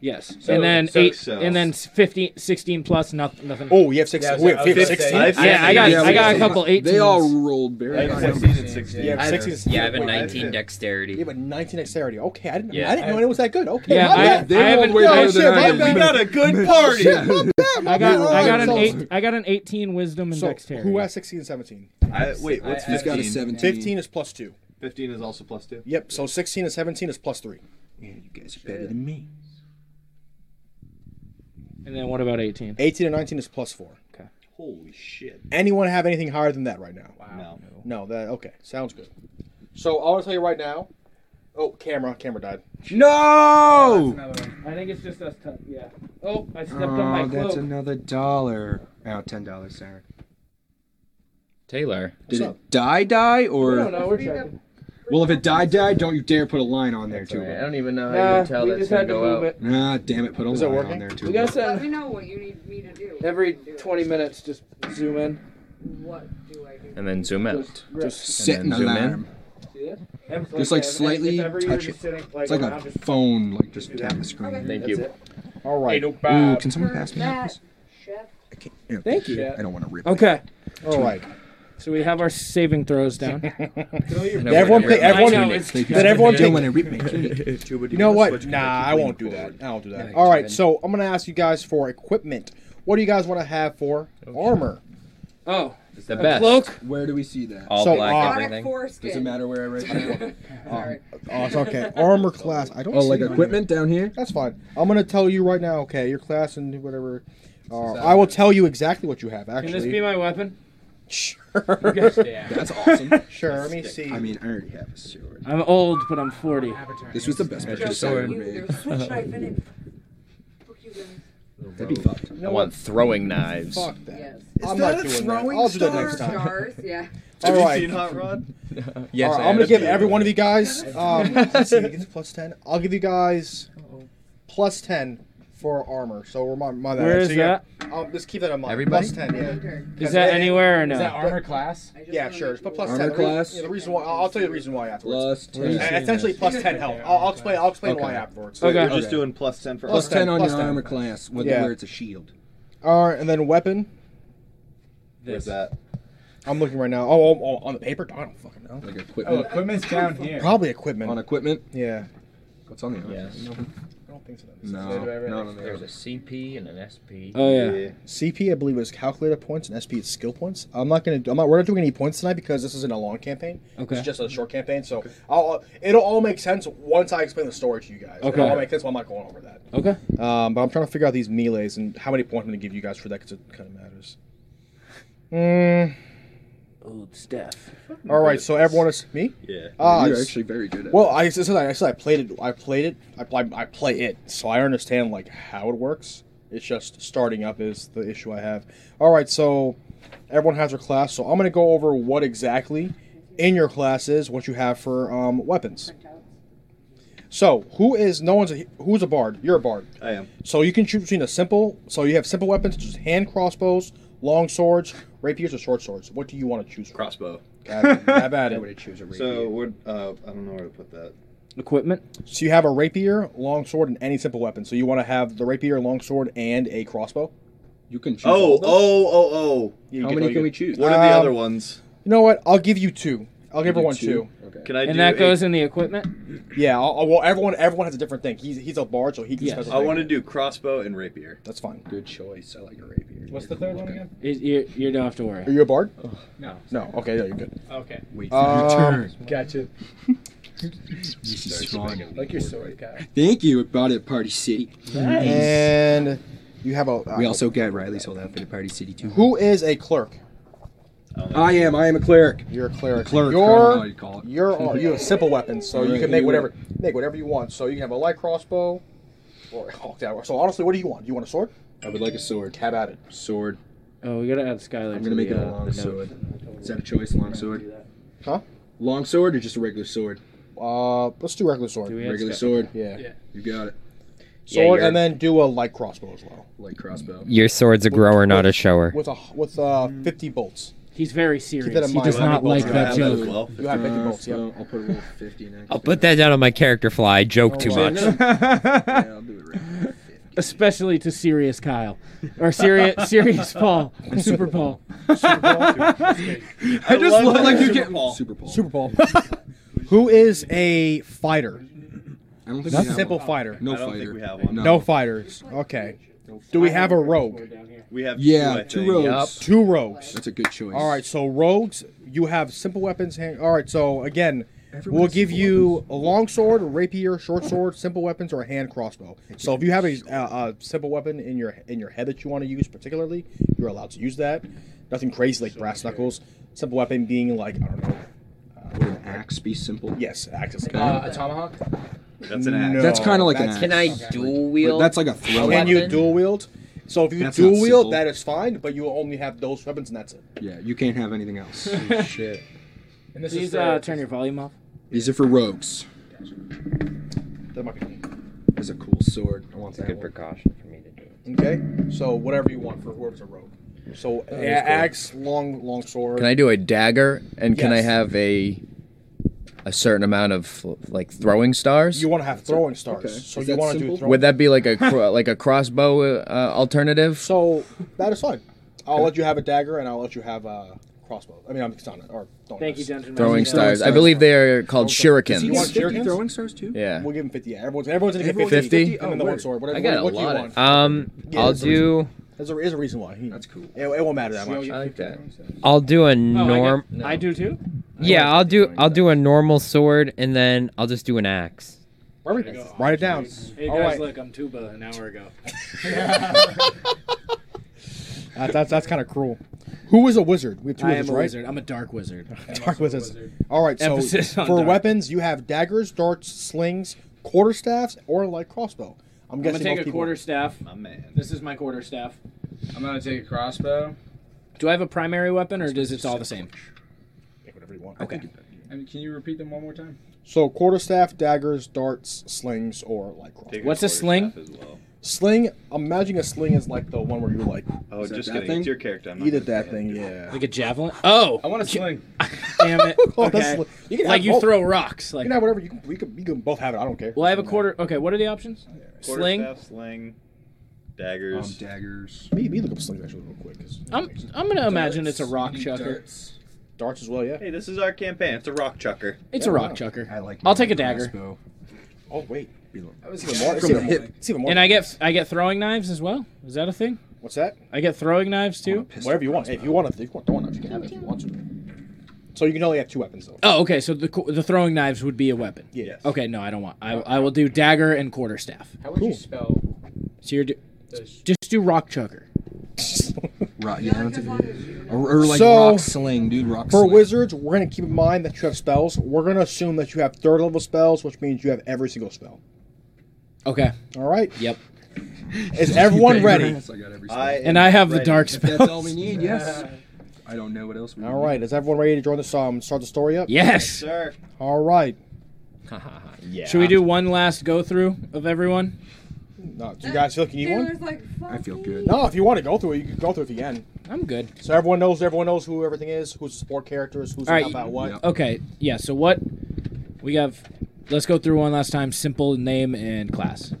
Yes. So- and then so- eight, so- and then 15, 16 plus nothing. nothing. Oh, you have six- Yeah, we have we have 16. 16. Yeah, I got, Yeah, I we got have a couple 16. eighteen. They all rolled very I have high 16 and numbers. 16. Yeah, I have, is- yeah, I have a wait, 19 I- dexterity. You have a 19 dexterity. Okay, I didn't. Yeah. I didn't know it was that good. Okay. Yeah, my I- bad. they I rolled haven't- way better than I my did. bad. Not a good party. Shit, my bad, my I got, bad. I got an So- eight. I got an eighteen wisdom and So dexterity. who has 16 and 17? I- wait, what's I- I- 15? 15 is plus two. 15 is also plus two. Yep. So 16 and 17 is plus three. Yeah, you guys are better than me. And then what about eighteen? 18 and 19 is plus four. Okay. Holy shit. Anyone have anything higher than that right now? Wow. No. No. That okay. Sounds good. So I want to tell you right now. Oh, camera. Camera died. No. I think it's just us. T- yeah. Oh, I stepped on my cloak. another dollar. Oh, ten dollars, Sarah. Taylor. Did What's it die die We or? don't know. We're checking. Well, if it died, died, don't you dare put a line on there too. I don't even know how you Nah, tell Ah, we that's just had gonna to go move out. it. Nah, damn it, put a Is it line working? on there too. We gotta Let me send know what you need me to do. every twenty minutes. Just zoom in. What do I do? And then zoom out. Just set And then an zoom alarm. Every- Just like if- if slightly ever you're touch just it. sitting, It's like a around, just- phone, like just tap the screen. Thank you. All right. Ooh, can someone pass me that? please? Matt, chef. Yeah, Thank you. I don't want to rip. Okay. All right. So we have our saving throws down. Did everyone pick, everyone, I know, it's- did everyone pick? would You you know wanna what? switch Nah, between I won't do that. I won't do that. All right, so I'm gonna ask you guys for equipment. What do you guys want to have for armor? Oh, it's the a best. Cloak. Where do we see that? All So, black Oh, uh, everything. Does it matter where I write it? Um, oh, it's okay. Armor class. I don't. Oh, see like it on equipment here. down here? That's fine. I'm gonna tell you right now. Okay, your class and whatever. Uh, I will tell you exactly what you have. Can Actually, this be my weapon? Sure. That's awesome. Sure. Let me see. I mean, I already have a sword. I'm old, but I'm 40. This was the best purchase I ever made. That'd be fucked. I want throwing knives. Fuck that. Is I'm that not a doing throwing that. I'll do that next star? time. Jars, yeah. All right. Rod? Yes, All right, I I'm am. gonna give every one of you guys. Um, let's see, it's plus ten. I'll give you guys plus ten for armor. So remind my that. Where is so yeah, I'll just keep that in mind. Everybody? Plus ten. Yeah. Is that anywhere or no? Is that armor class? Yeah, sure. Just put plus Armor ten. The re- class? yeah, the reason why I'll, I'll tell you the reason why afterwards. Plus 10. Uh, Essentially, plus ten health. I'll, I'll explain. I'll explain why afterwards. So We're just doing plus 10 for Plus armor? 10 on plus your 10. armor class, whether Yeah. where it's a shield. All right, and then weapon. Where's that? I'm looking right now. Oh, oh, oh, on the paper. I don't fucking know. Like equipment. Probably equipment. On equipment? Yeah. What's on the armor? don't think so. That makes Oh, No, sense. no, no, no. There's a CP and an SP. Oh yeah. CP I believe is calculator points and SP is skill points. I'm not gonna. I'm not. We're not doing any points tonight because this isn't a long campaign. Okay. It's just a short campaign. So I'll, Uh, it'll all make sense once I explain the story to you guys. Okay. It'll all make sense. Why I'm not going over that. Okay. Um, but I'm trying to figure out these melees and how many points I'm gonna give you guys for that because it kind of matters. Mm. Old stuff. All right. So everyone is me. Yeah. Ah, You're it's- actually very good at well, it. I said I, I said I played it. I played it. I, I, I play it, so I understand like how it works. It's just starting up is the issue I have. All right, so everyone has their class, so I'm gonna go over what exactly in your class is, what you have for um, weapons. So who is no one's a, who's a bard? You're a bard. I am. So you can choose between a simple. So you have simple weapons, just hand crossbows, long swords, rapiers, or short swords. What do you want to choose? Crossbow. Have, have at it. So what? Uh, I don't know where to put that. equipment. So you have a rapier, long sword, and any simple weapon. So you want to have the rapier, long sword, and a crossbow. You can Oh, oh, oh, oh. You How get- many you can get- we choose? What are the Um, other ones? You know what? I'll give you two. I'll give You do everyone two? two. Okay. Can I and do that a- goes in the equipment. Yeah. I'll, I'll- well, everyone, everyone has a different thing. He's he's a bard, so he can. I want to do crossbow and rapier. That's fine. Good choice. I like a rapier. What's the third one again? You, you don't have to worry. Are you a bard? No. No. Okay. Yeah, you're good. Um, Okay. Wait for your turn. Gotcha. This is strong. Like your sword guy. Thank you. Bought at Party City. Nice. And you have a. uh, we also got Riley's whole outfit at Party City too. Who is a clerk? I am. I am a cleric. You're a cleric. Cleric. I don't know how You're you call it. you're you have simple weapons, so you Right, can make you- whatever make whatever you want. So you can have a light crossbow, or oh, yeah, so honestly, what do you want? You want a sword? I would like a sword. Tab at it. Sword. Oh, we gotta add Skylar. I'm to gonna make the, it a uh, long the note. sword. Is that a choice? Long sword. Huh? Long sword or just a regular sword? Uh, let's do regular sword. we have Regular Sky- sword? Yeah. Yeah. You got it. Yeah, Sword, you're- and then do a light crossbow as well. Light crossbow. Your sword's a grower, not a shower. With a with uh 50 bolts. He's very Keep that in serious. He mind. does How many not bolts like do I that have? You have joke. You have 50 bolts. Yeah. I'll put a little fifty next. I'll put that down on my character fly. I Oh, joke too much. Especially to serious Kyle or serious serious Paul, Super Paul. I just love like you Super get Bowl. Super Bowl. Super Bowl. Who is a fighter? I don't Not simple fighter. No I don't fighter. think we have one. No. No. fighters. Okay. Do we have a rogue? We have Yeah, two, two, I think. rogues. Two rogues. That's a good choice. All right. So rogues, you have simple weapons. Hand- All right. So again, we'll give you a long sword, a rapier, short sword, simple weapons, or a hand crossbow. So if you have a, a, a uh, simple weapon in your in your head that you want to use particularly, you're allowed to use that. Nothing crazy like brass knuckles. Simple weapon being like I don't know. Would an axe be simple? Yes, axe is Uh, a tomahawk. That's an axe. No, That's kinda like an that's- axe. Can I dual wield that's like a throw Can you weapon? dual wield? So if you That's dual not wield, simple. that is fine, but you will only have those weapons, and that's it. Yeah, you can't have anything else. Shit. And this Please is the- uh, turn your volume off. These are for rogues. That might be neat. That's a cool sword. I want It's a that good one. precaution for me to do. Okay, so whatever you want for whoever's a rogue. So That is yeah, cool. axe, long, long sword. Can I do a dagger? And can I Yes. have a a certain amount of like throwing stars? You want to have throwing stars. Okay. So Is you that want to do simple? throwing. Would that be like a cro- like a crossbow uh, alternative? So that is fine. I'll let you have a dagger, and I'll let you have a crossbow. I mean, I'm it's not or don't. Thank you, Oh, Dungeon throwing Master. stars. I believe they are called Do you want shurikens. shurikens? throwing stars too? Yeah. We'll give him fifty. Yeah, everyone's everyone's gonna get Everyone's fifty. 50? And then the Oh, one word. sword. Whatever. I got a what, what do you lot. want? um, Yeah, I'll there's a reason. do. There's a, there's a reason why. That's cool. It, it won't matter that much. I like that. I'll do Oh, a I norm. get- I do too. Yeah, I'll do. I'll do a normal sword, and then I'll just do an axe. Write it down. Hey All guys, right. look, I'm Tuba an hour ago. That, Uh, that's that's kind of cruel. Who is a wizard? We have two I wizards, am a right? wizard. I'm a dark wizard. Dark wizards. All right. So Emphasis for on dark. weapons, you have daggers, darts, slings, quarter staffs, or a light crossbow. I'm, I'm, guessing gonna take most a people- quarter staff. My man. This is my quarter staff. I'm gonna take a crossbow. Do I have a primary weapon, or does it's all the same? Pick whatever you want. Okay. And can you repeat them one more time? So quarter staff, daggers, darts, slings, or light crossbow. What's a sling? Sling. I'm imagining a sling is like the one where you're like. Oh, Is that just that kidding. thing? It's your character. I'm not Either gonna that thing, yeah. Like a javelin? Oh, I want a sling. damn it. Oh, Okay. that's li- you can like have you both. throw rocks. You Like can have whatever. You can, we can, you can both have it. I don't care. well, I have a quarter. Okay, what are the options? Sling. Quarterstaff, sling, daggers. Um, daggers. Me, me look up slings actually real quick. 'cause- I'm I'm gonna imagine it's a rock chucker. Darts as well, yeah. Hey, this is our campaign. It's a rock chucker. It's a Yeah, rock wow. chucker. I like. I'll take a dagger. Oh wait, I was even more criminal. It's even more and I get I get throwing knives as well. Is that a thing? What's that? I get throwing knives too. Whatever you want. Hey, if you want to, if you want throwing knives, you can have it if you want to. So you can only have two weapons though. Oh, okay. So the co- the throwing knives would be a weapon. Yes. Okay. No, I don't want. I, I will do dagger and quarterstaff. How would you spell? So you're do, just do rock chucker. Right, yeah, that's a or, or like So- rock sling, dude. Rock For sling. wizards, we're gonna keep in mind that you have spells. We're gonna assume that you have third level spells, which means you have every single spell. Okay. All right. Yep. Is everyone ready? and I have the dark If spells. That's all we need. Yes. I don't know what else we. All right. Is everyone ready to join the um start the story up? Yes. Yes, sir. All right. yeah. Should we do one last go through of everyone? No, do you guys feel like you need one? I feel good. No, if you want to go through it, you can go through it if you can. I'm good. So everyone knows everyone knows who everything is, who's the support characters, who's All right. about what. Okay. Yeah. So what we have? Let's go through one last time. Simple name and class.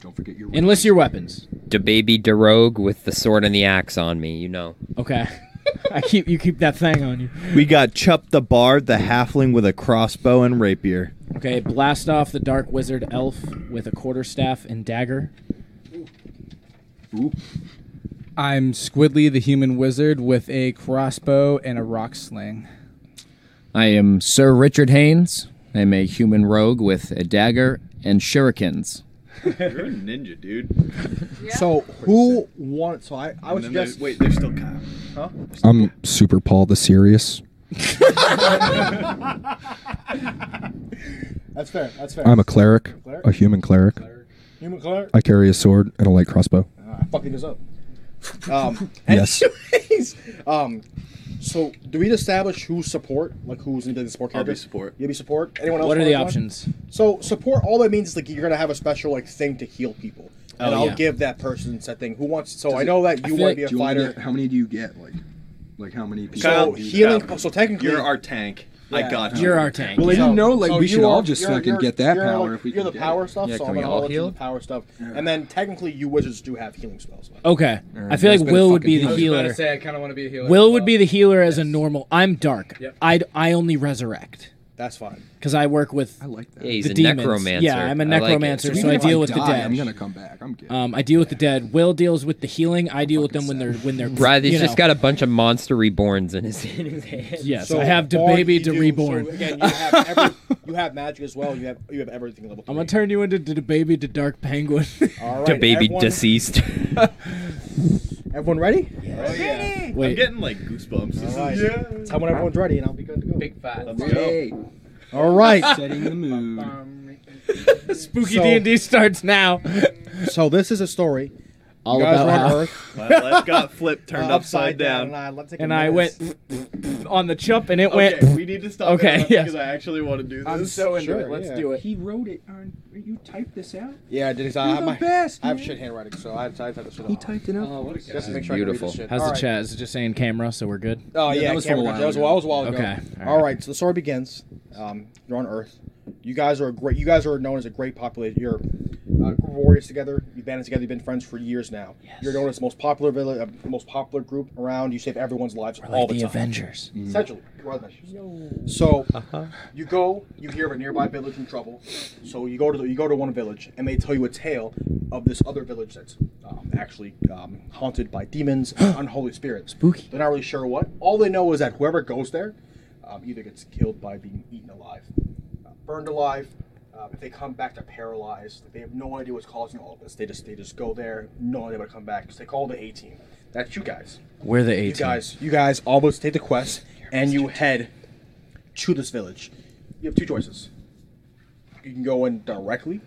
Don't forget your. Enlist your weapons. Da baby da rogue with the sword and the axe on me, you know. Okay. I keep you keep that thing on you. We got Chup the Bard, the halfling with a crossbow and rapier. Okay. Blast off the dark wizard elf with a quarterstaff and dagger. I'm Squidly, the human wizard, with a crossbow and a rock sling. I am Sir Richard Haynes. I'm a human rogue with a dagger and shurikens. You're a ninja, dude. So who won? So I, I would And then there's- suggest. wait, there's still Kyle. Huh? I'm Super Paul the Serious. That's fair. That's fair. I'm a cleric, a human cleric. Human cleric. I carry a sword and a light crossbow. Ah, I fucking this up. Um, Yes. anyways, um, so do we establish who's support? Like who's in the support I'll character? be support. You'll be support. Anyone else? What are want the to join? options? So support all that means is like you're gonna have a special like thing to heal people, and Oh, I'll yeah. give that person that thing. Who wants? So Does I it- know that I you feel want like- to do you be a wanna fighter. get- how many do you get? Like, like how many people? So healing. so technically, You're our tank. I got you. You're our tank. Well, I So- didn't know. Like, so we should you all are- just you're- fucking you're- get that you're, power like- if we You're can the get power it. stuff, Yeah, so can I'm we gonna all all heal? the power stuff, and then technically you wizards do have healing spells. Okay. Alright, I feel like let's go to Will would fucking be healing. the I was about healer. to say, I kinda wanna be a healer Will as would well. be the healer as a normal. I'm dark. Yep. I'd, I only resurrect That's fine. because I work with. I like that. Yeah, he's the a demons. necromancer. Yeah, I'm a I like it. necromancer, So so, even I if I deal with the die, dead. I'm gonna come back. I'm good. Um, I deal with the dead. Will deals with the healing. I deal with them when they're when they're. Right, he's you just know. got a bunch of monster reborns in his hand. Yes, So I have to all baby you to do- reborn. So again, you have, every, you have magic as well. You have you have everything level. I'm gonna turn you into the baby to dark penguin. Uh, All Da baby deceased. Everyone ready? Oh, yeah. I'm Wait. getting like goosebumps. This is- All right. yeah. Tell when everyone's ready, and I'll be good to go. Big five. Let's go. All right. Setting the mood. Spooky So- D and D starts now. So this is a story. All you guys about were on how- Earth. Let- let's got flip turned upside down. and I, let's take a and I went minute. on the chump, and it Okay, went. we need to stop Okay, okay, yes. because I actually want to do this. I'm so into it. Let's do it. He wrote it on. You typed this out. Yeah, I did. 'cause I You're have the my- best, I have man. shit handwriting, so I, I typed this shit He out. typed it out. Oh, what a Just to guy. make This sure I can read this shit. How's All the right. chat? Is it just saying camera, so we're good? Oh yeah, that was from a camera while that was, ago. that was a while ago. Okay, all All right. So the story begins. Um, you're on Earth. You guys are a great. You guys are known as a great population. You're uh, warriors together. You've banded together. You've been friends for years now. You're known as the most popular village, uh, the most popular group around. You save everyone's lives We're all like the, the time. Avengers. Mm. Essentially, you are the Avengers. So you go. You hear of a nearby village in trouble. So you go to the, you go to one village, and they tell you a tale of this other village that's um, actually um, haunted by demons, and unholy spirits. Spooky. They're not really sure what. All they know is that whoever goes there um, either gets killed by being eaten alive, uh, burned alive. Uh, if they come back, they're paralyzed. They have no idea what's causing all this. They just they just go there, no idea what to come back. So they call the A team. That's you guys. We're the A You team. guys, you guys, almost take the quest, and you head to this village. You have two choices. You can go in directly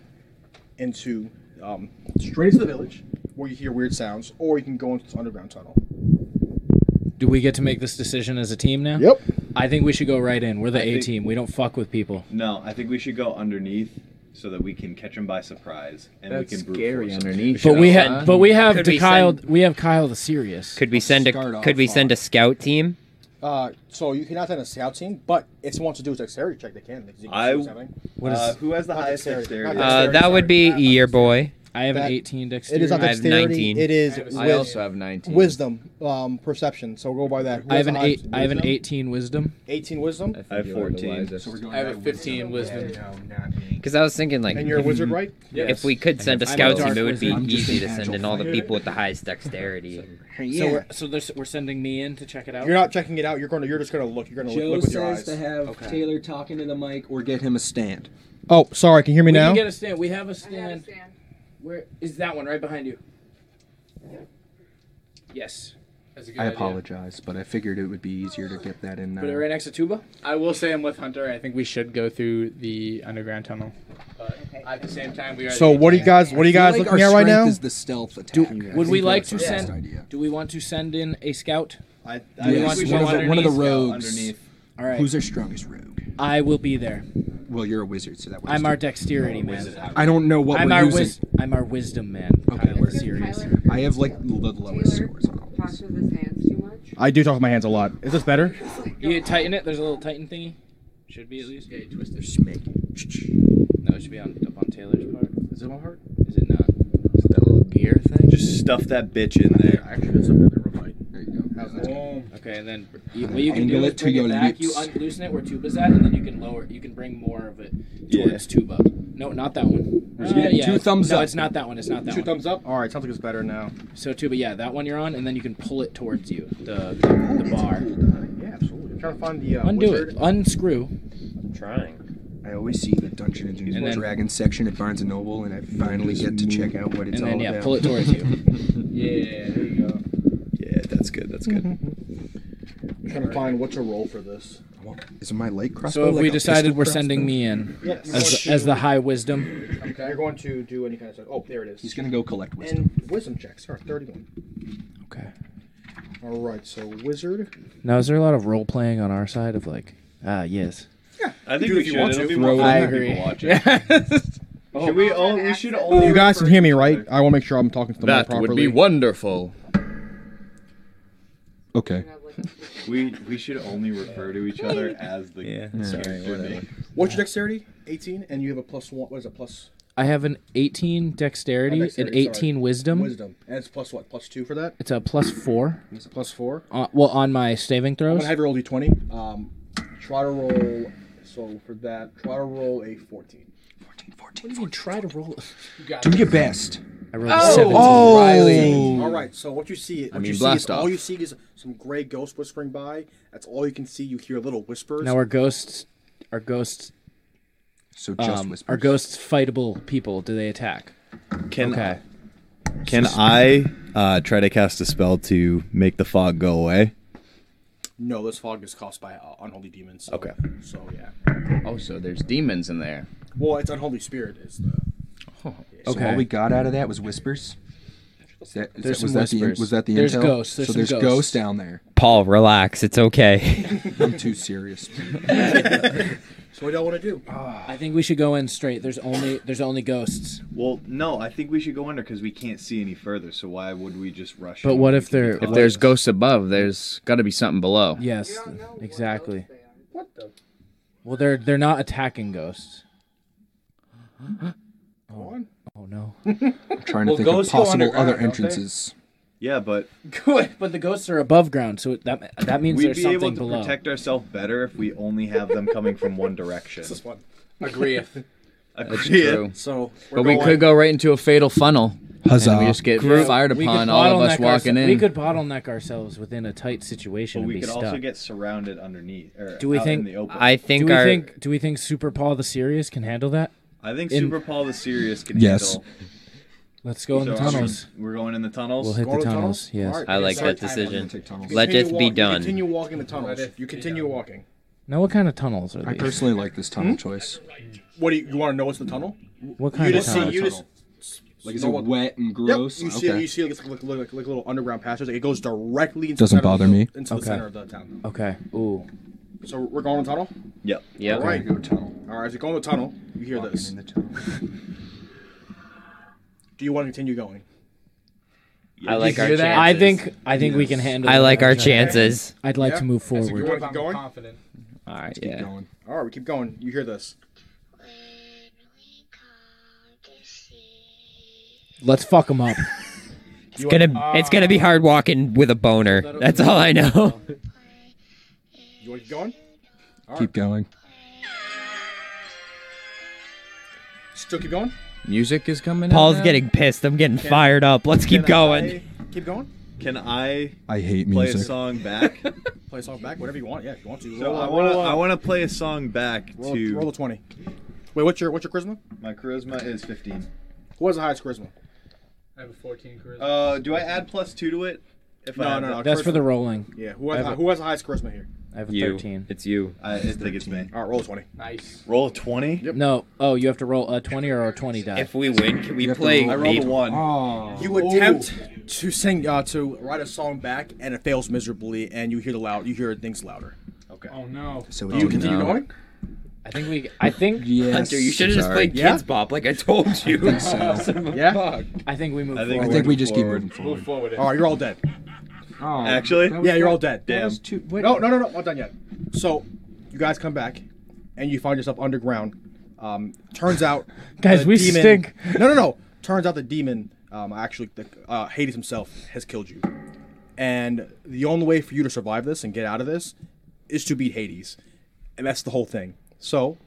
into um, straight into the village, where you hear weird sounds, or you can go into this underground tunnel. Do we get to make this decision as a team now? Yep. I think we should go right in. We're the I A think- team. We don't fuck with people. No, I think we should go underneath so that we can catch him by surprise and That's we can brute scary force him. But we had, but we have Could we to Kyle. We have Kyle the serious. Could we send Start a off could we send a scout team? Uh, so you cannot send a scout team, but if someone wants to do a dexterity check, they can. They can see I- what's happening. What is- Uh, who has the Not highest dexterity, not dexterity? Uh, dexterity, that would sorry. be your boy. I have an That- 18 It is dexterity. not I have dexterity. 19. It is. I have a wis- also have 19. Wisdom, um, perception. So go by that. Who I has have an the eight. highest I have an wisdom? 18 wisdom. 18 wisdom. I have 14. I have a 15 wisdom. Because I was thinking, like, And you're a wizard, hmm, right? If Yes. we could I send a have- I'm a scout dark team, it would be wizard. I'm just easy to an send in agile all the fighter. people with the highest dexterity. So we're so there's, we're sending me in to check it out. You're not checking it out. You're going to. You're just going to look. You're going to Joe look with your says to eyes. have Taylor talking to the mic or get him a stand. Oh, sorry. Can you hear me we now? can get a stand. We have a stand. Where is that one? Right behind you. Yes. That's a I apologize, but I figured it would be easier to get that in now. Put it right next to tuba. I will say I'm with Hunter. I think we should go through the underground tunnel. But at the same time, we are. So what do you guys? What are you guys like looking our at right strength now? is the stealth attack. Do- Yeah, I Would we think like that's to our best send? idea. Do we want to send in a scout? I, I think we should one of the- one of the rogues. All right. Who's our strongest rogue? I will be there. Well, you're a wizard, so that was. I'm our dexterity man. I don't know what I'm we're our using. wis- I'm our wisdom man. Okay, we're serious. I have like the lowest scores on all these. I do talk with my hands a lot. Is this better? You tighten it. There's a little tighten thingy. Should be at least. Yeah, you twist it. Smack No, it should be on up on Taylor's part. Is it on her? Is it not? Is it that little gear thing? Just stuff that bitch in there. Actually, that's something to remind. There you go. Okay, and then you, what you can Angle do is it to bring your it back. You lips. unloosen it where tuba's at, and then you can lower. You can bring more of it Yeah. towards tuba. No, not that one. We're getting two thumbs no, up. it's not that one. It's not that Two one. thumbs up. All right, sounds like it's better now. So tuba, yeah, that one you're on, and then you can pull it towards you. The the, the bar. Yeah, absolutely. I'm trying to find the uh, Undo wizard. it. Unscrew. I'm trying. I always see the Dungeon and Dragons And then- Dragon section at Barnes and Noble, and I finally get to check out what it's and then all yeah, about. pull it towards you. Yeah, there you go. Yeah, that's good. That's good. I'm trying to find what's a roll for this. Is my light crossbow? So if like we a decided pistol we're crossbow? sending me in Yeah, you want as, to- as the high wisdom, Okay. You're going to do any kind of stuff. Oh, there it is. He's gonna go collect wisdom. And wisdom checks are 31. Okay. All right, so wizard. now is there a lot of role playing on our side of like, ah, yes. I think think Do we we if you should. should. want It'll It'll to. be be more more fun I when agree. people watch it. Yes. Should we only? We should only. You guys can hear me, right? I want to make sure I'm talking to the mic That properly. would be wonderful. Okay. We we should only refer to each other as the. Yeah. What's your dexterity? 18, and you have a plus one. What is it? Plus I have an 18 dexterity, dexterity, an 18 sorry. wisdom. Wisdom, and it's plus what? Plus two for that. It's a plus four. It's plus four. Uh, well, on my saving I'm throws. gonna have you roll d20. Um, try to roll. So for that, try to roll a 14. Don't even try to roll. Do your best. I rolled a Oh! 17. Oh, Riley. All right. So what you see, what mean, you see blast is off. all you see is some gray ghost whispering by. That's all you can see. You hear little whispers. Now are ghosts, are ghosts, so just are ghosts fightable people? Do they attack? Can okay. Can I uh, try to cast a spell to make the fog go away? No, this fog is caused by uh, unholy demons. So, okay. So yeah. Oh, so there's demons in there. Well, it's unholy spirit is the. So Okay. all we got out of that was whispers. Is that, is There's that, was some that the, whispers. was that the There's intel? ghosts, there's so some there's ghosts. down there. Paul, relax. It's okay. I'm too serious. So what do y'all want to do? I think we should go in straight. There's only there's only ghosts. Well, no. I think we should go under because we can't see any further. So why would we just rush? But what if there if there's ghosts above? There's got to be something below. Yes, exactly. What the? Well, they're they're not attacking ghosts. Oh, oh no. I'm trying to think of possible other entrances. Yeah, but Good, but the ghosts are above ground, so that that means we'd there's be something able to below. protect ourselves better if we only have them coming from one direction. This is fun. Agree. That's Agree. true. So, but we could go right into a fatal funnel. And we just get fired We could upon. All of us bottleneck walking ourse- in. We could bottleneck ourselves within a tight situation But and we be could stuck. also get surrounded underneath. Or do we out think? In the open. Do we think? Do we think Super Paul the Serious can handle that? I think In- Super Paul the Serious can Yes. handle. Let's go in the So, um, I mean, tunnels. we're going in the tunnels. We'll hit Go in the the tunnels. tunnels? Yes. Alright, I like sorry, that time decision. limit. You continue Letteth walk- be you done. Continue walking the tunnels. You continue walking. Now, what kind of tunnels are these? I personally like this tunnel Hmm? choice. What do you, you want to know? What's the tunnel? What kind you of just tunnel? See, you just, Like, is know it what- wet and Yep, gross? you see, Okay. you see, like, it's like, like, like, like little underground passage. Like it goes directly into Doesn't the center of bother the- me. Into the Okay. center of the town. Okay. Ooh. So we're going to tunnel. Yep. All right. All right. As you go in the tunnel, you hear this. do you want to continue going? I like You our hear chances. that? I think I think we can handle. I like that. our chances. I'd like to move That's a good forward. one. Keep going. All right. Keep Yeah. going. All right. We keep going. You hear this. Let's fuck him up. It's gonna it's gonna be hard walking with a boner. That's all I know. You want to keep going? Keep going. Still keep going? Music is coming. Paul's now? getting pissed. I'm getting Can- fired up. Let's keep can going. Keep going. Can I? I hate play a music. song back. Play a song back, whatever you want. Yeah, if you want to. so Roll- I want to. roll a- I want to play a song back roll, a- to. roll a twenty. Wait, what's your what's your charisma? My charisma is fifteen. Who has the highest charisma? I have a 14 charisma. Uh, do I add plus two to it? If I no, add no, no. that? That's for the rolling. Yeah, who has, I have a- who has the highest charisma here? I have a You. thirteen. It's you. I, I think it's me. All right, roll a twenty. Nice. Roll a twenty. No. Oh, you have to roll a twenty or a twenty die. If we win, can we You have to play? roll- I rolled lead? a one. Oh. You attempt to sing uh, to write a song back, and it fails miserably, and you hear the loud you hear things louder. Okay. Oh no. So Oh, do you continue no. going? I think we. I think. Yes. Hunter, you should have just played Yeah? Kids Bop like I told you. think so. Yeah? I think we move. I think, forward. Move forward. All right, you're all dead. Oh, Actually? that was- yeah, you're all that dead. Damn. was Too, no, no, no, no, not done yet. So, you guys come back, and you find yourself underground. Um, turns out, Guys, the we demon- stink. No, no, no. Turns out the demon, um, actually, the, uh, Hades himself has killed you, and the only way for you to survive this and get out of this is to beat Hades, and that's the whole thing. So,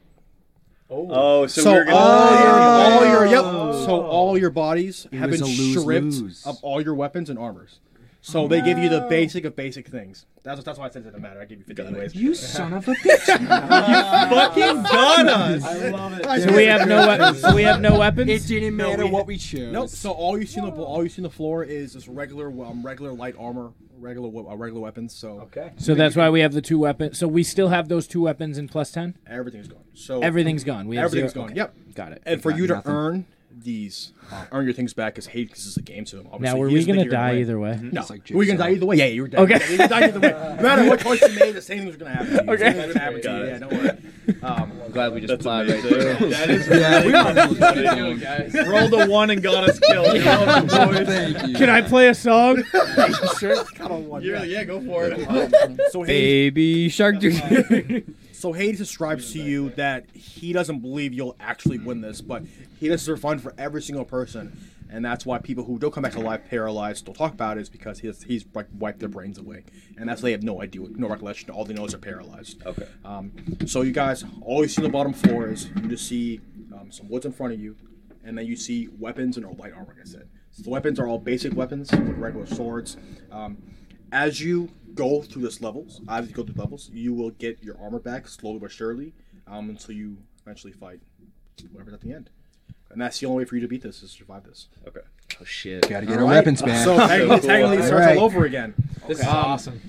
Oh, so, we're gonna. all, your, all your yep. Oh. So all your bodies It have was been a lose-lose. stripped of all your weapons and armors. So they give you the basic of basic things. That's that's why it says it doesn't matter. I give you 50 anyways. You son of a bitch. fucking got us. I love it. So we have no wea- so we have no weapons? It didn't No, matter we- what we chose. Nope. So all you see on the bo- all you see on the floor is just regular um, regular light armor, regular we- uh, regular weapons. So okay. So that's why we have the two weapons. So we still have those two weapons in plus ten. Everything's gone. So everything's gone. We have everything's zero- gone. okay. Yep. Got it. And for Got you to nothing. earn these, uh, earn your things back, because hate this is a game to them. Obviously, Now, were he we doesn't think gonna you're gonna die win. either way? No, It's like we gonna die either way. Yeah, you're dead. Okay. Yeah, you die either way. No matter what choice you made, the same thing was gonna happen. To you. Okay. It's gonna happen to you. Yeah, don't worry. Um, I'm glad we just plowed right amazing. through. That is really Yeah. Guys. Rolled a one and got us killed. You're welcome, boys. Can I play a song? sure. Got a one. Yeah, yeah, go for it. so Hades, Baby Shark Dude. so Hades describes to you that he doesn't believe you'll actually win this, but he does it for fun for every single person, and that's why people who don't come back to life paralyzed still talk about it is because he's he's like wiped their brains away, and that's why they have no idea, no recollection. All they know is they're paralyzed. Okay. Um, so you guys, all you see on the bottom floor is you just see um, some woods in front of you, and then you see weapons and light armor. Like I said, so the weapons are all basic weapons, like regular swords. Um, as you go through this levels, as you go through levels, you will get your armor back slowly but surely um, until you eventually fight whatever's at the end. And that's the only way for you to beat this is to survive this. Okay. Oh shit. Gotta All right. So technically, technically it starts all over again. This is Um, awesome.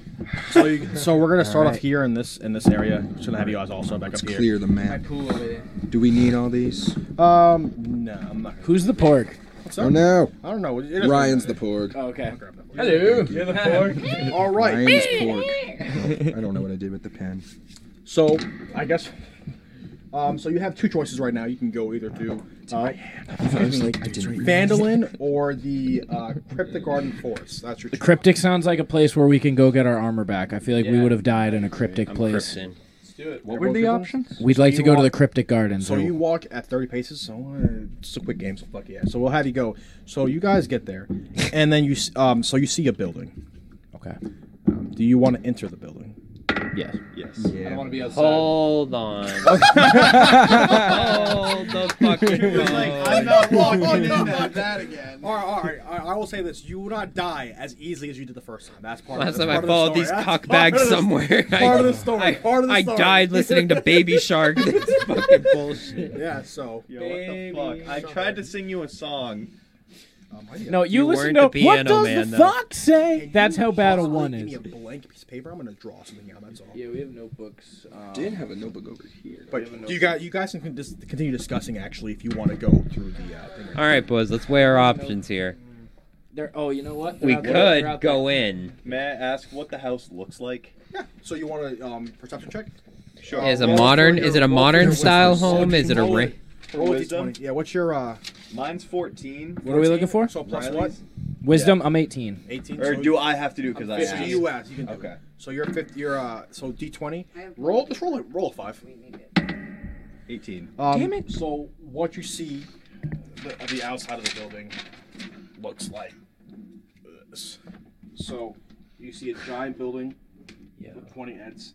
So, you, so we're gonna start All off right. here in this in this area. Just gonna have you guys also back Let's up here. clear the map. Cool over there. Do we need all these? Um, no, I'm not. Who's the pork? What's Oh no. I don't know. It doesn't- Ryan's the porg. Oh, okay. Hello. You're the fork. All right. Ryan is porg. I don't know what I did with the pen. So I guess. Um, so you have two choices right now. You can go either to uh, Vandalin or the uh, Cryptic Garden Forest. That's your The choice. cryptic sounds like a place where we can go get our armor back. I feel like we Yeah. would have died in a cryptic I'm place. crypting. Let's do it. What were the options? We'd like to go to the cryptic gardens. So or- you walk at 30 paces. So uh, it's a quick game. So fuck yeah. So we'll have you go. So you guys get there, and then you s- um, so you see a building. Okay. Um, do you want to enter the building? Yes. Yes. Yeah. I don't want to be outside. Hold on. Hold the fucking Uh, phone. not walking into that again. All right, all right, all right, I will say this: you will not die as easily as you did the first time. That's part. Last of, that's time I part of the followed story. these That's cock part of bags the- somewhere. Part of I- the story. I, part of the I story. died listening to Baby Shark. This is fucking bullshit. Yeah. So. Yo, what the fuck? I tried to sing you a song. No, you, You listen weren't to the what piano does man, the though. fox say? That's how bad a Possibly one give me is. a blank piece of paper. I'm gonna draw something out. That's all. Yeah, we have notebooks. Um, Did have a notebook over here. But you guys, you guys can dis- continue discussing actually if you want to go through the. Uh, thing. All right, boys, let's weigh our options here. There. Oh, you know what? We could go in. May I ask what the house looks like? Yeah. So you want a um, perception check? Sure. Is a modern? Is it a modern style home? Is it a ri- Roll a Wisdom? d20. Yeah. What's your uh? Mine's 14. What are we looking for? So plus what? Riley's? Wisdom. I'm 18. 18. Or so do I have to do because I It's asked? the US. You can do Okay. It. So you're fifth. You're uh. So D20. Roll. Just roll it. Roll a five. 18. Uh, Um, Damn it. So what you see, the, the outside of the building, looks like this. So you see a giant building with pointing heads.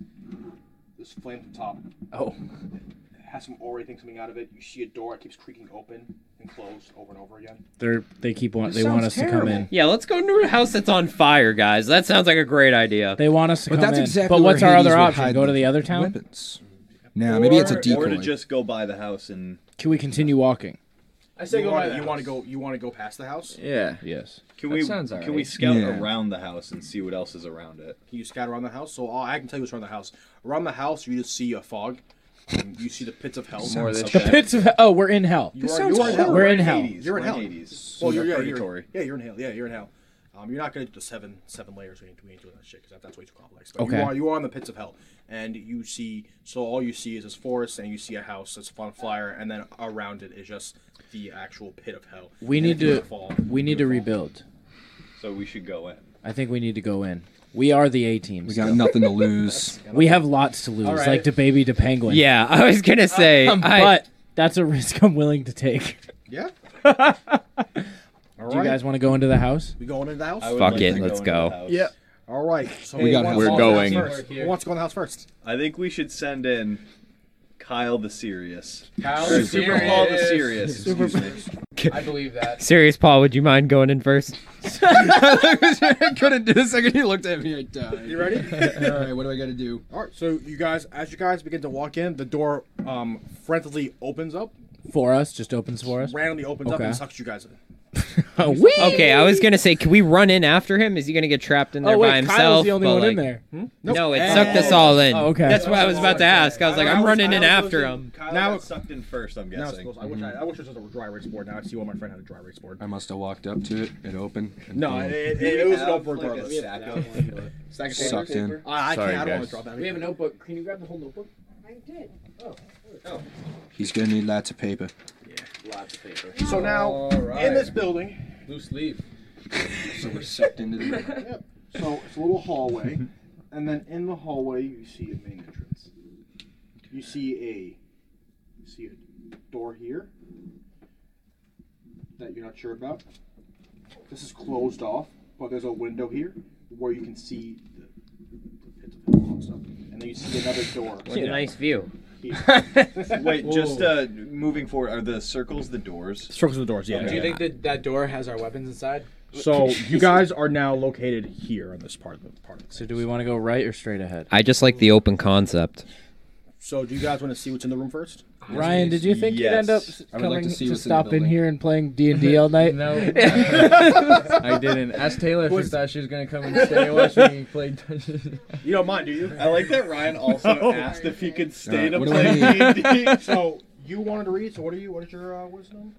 There's flames on top. Oh. It has some orrery things coming out of it. You see a door that keeps creaking open and closed over and over again. They're they keep on This they want sounds us to come terrible. in. Yeah, let's go into a house that's on fire, guys. That sounds like a great idea. They want us to But come that's in. exactly Oh, but where what's our Hades other would option? hide Go to the the other town. Weapons. Now maybe it's a Or- Or to decoy. just go by the house and Can we continue walking? I say You go wanna- by the you house. wanna go- you want to go past the house? Yeah. Yes. Can That we sounds can alright. we scout Yeah. around the house and see what else is around it? Can you scout around the house? So all, I can tell you what's around the house. Around the house, you just see a fog. And you see the pits of hell. More of this the pits of oh, we're in hell. You are, you are in hell. We're in hell. You're in hell. Well, Oh, you're, yeah, you're, purgatory. yeah, you're in hell. Yeah, you're in hell. Um, you're not going to do the seven seven layers. We ain't, we ain't doing that shit because that, that's way too complex. But Okay. You are you are in the pits of hell, and you see. So all you see is this forest, and you see a house that's on fire, and then around it is just the actual pit of hell. We And need if you to fall- we need to rebuild. So we should go in. I think we need to go in. We are the A team. We still. got nothing to lose. We have lots to lose, All right. like the baby to penguin. Yeah, I was Uh, gonna say, Um, I- but that's a risk I'm willing to take. Yeah. Do you guys want to go into the house? We going into the house? I would Fuck like it, to let's go into go. the house. Yeah. All right. So We who got- wants we're to go in the going. house first? Who wants to go in the house first? I think we should send in Kyle the Serious. Kyle Or the Super Paul the Serious. Serious. Super- excuse me. I believe that. Serious Paul, would you mind going in first? I couldn't do the second he looked at me. I died. You ready? All right, what do I got to do? All right, so you guys, as you guys begin to walk in, the door um, frantically opens up, For us, just opens for us. randomly opens up, Okay. and sucks you guys in. Okay, I was gonna say, can we run in after him? Is he gonna get trapped in Oh, there wait, by himself? Kyle's the only But, one like- in there. Hmm? No, it Nope. sucked us Oh. all in. Oh, okay. okay, that's what I was about to ask. I was like, I'm running in Kyle after goes in- him. Kyle Now got it's sucked in first, I'm Now it's guessing. close. I wish I, I wish there was a dry erase board. Now I see why my friend had a dry erase board. I must have walked up to it. It opened. and No, boom. it, it, it was an have, open like, a regardless. stack of- Stack of Sucked paper. in. I, I Sorry, can't. I don't want guys. to drop that. We have a notebook. Can you grab the whole notebook? I did. Oh. He's gonna need lots of paper. Lots of paper. So now, in this building, loose leaf. So we're sucked into the. Yep. So it's a little hallway, and then in the hallway you see a main entrance. You see a you see a door here that you're not sure about. This is closed off, but there's a window here where you can see the, the pits of hell and stuff. And then you see another door. What a nice view. Wait, just uh, moving forward, are the circles the doors? Circles are the doors, yeah. Do you think that that door has our weapons inside? So you guys are now located here on this part of the part. So do we want to go right or straight ahead? I just like the open concept. So do you guys want to see what's in the room first? Ryan, did you think you'd end up s- I would coming like to to, see what's in the stop in, building. here and playing D and D all night? No. I I didn't. Ask Taylor if she thought she was gonna come and stay while she played Dungeons. You don't mind, do you? I like that Ryan also Oh. asked if he could stay to Alright, what do play we need? D&D. so you wanted to read. So what are you? What is your uh, wisdom?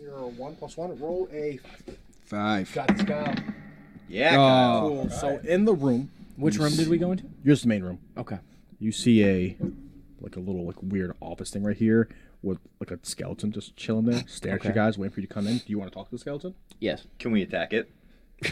Your one plus one. Roll a. Five. Oh. Got Kyle. Yeah. Kyle. Cool. Uh, So in the room. Which room did we go into? Just the main room. Okay. You see a like a little like weird office thing right here with like a skeleton just chilling there, staring at Okay. you guys, waiting for you to come in. Do you want to talk to the skeleton? Yes. Can we attack it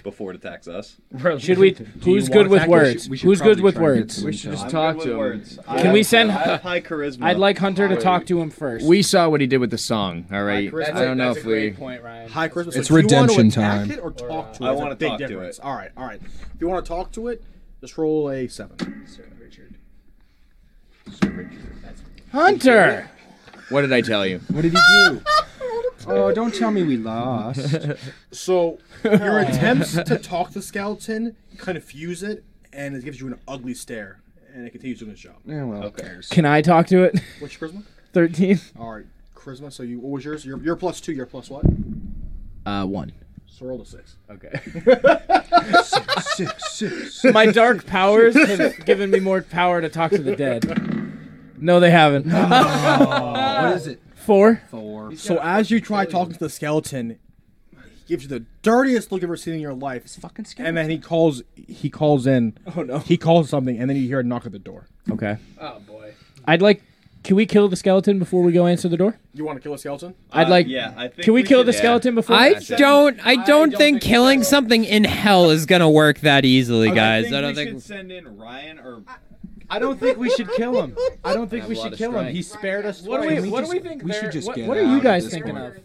before it attacks us? Should we? Who's good with words? who's good with words? I'm good with words. I Can have- we send? I have high charisma. I'd like Hunter to talk to him first. We saw what he did with the song. All right, High charisma. I don't know That's a if we. great point, Ryan. High charisma. It's So do you want to redemption attack time. It or talk to it. I It's a wanna big talk to difference. All right, all right. If you want to talk to it, just roll a seven. Sir Richard. Sir Richard. Hunter. What did I tell you? What did he do? oh, don't tell me we lost. So your attempts to talk to skeleton confuse it, and it gives you an ugly stare, and it continues doing its job. Yeah, well, okay. Can I talk to it? What's your charisma? Thirteen. All right, charisma. So you what was yours? You're, you're plus two. You're plus what? Uh, one. So roll a six. Okay. six, six, six. My dark powers have given me more power to talk to the dead. No, they haven't. what is it? Four. Four. So as you try talking to the skeleton, he gives you the dirtiest look you've ever seen in your life. It's fucking And then he calls. He calls in. Oh, no. He calls something, and then you hear a knock at the door. Okay. Oh boy. I'd like. Can we kill the skeleton before we go answer the door? You want to kill a skeleton? Uh, I'd like. can Uh, we, kill the skeleton before? I don't. I don't, think, killing something in hell is gonna work that easily, guys. I don't we think. should send in Ryan or I don't think we should kill him. I don't think I we have a should lot of kill him. strength. He spared us. What do twice. we? What do we think? we should they're- just what, get what are you out at guys this thinking point. of?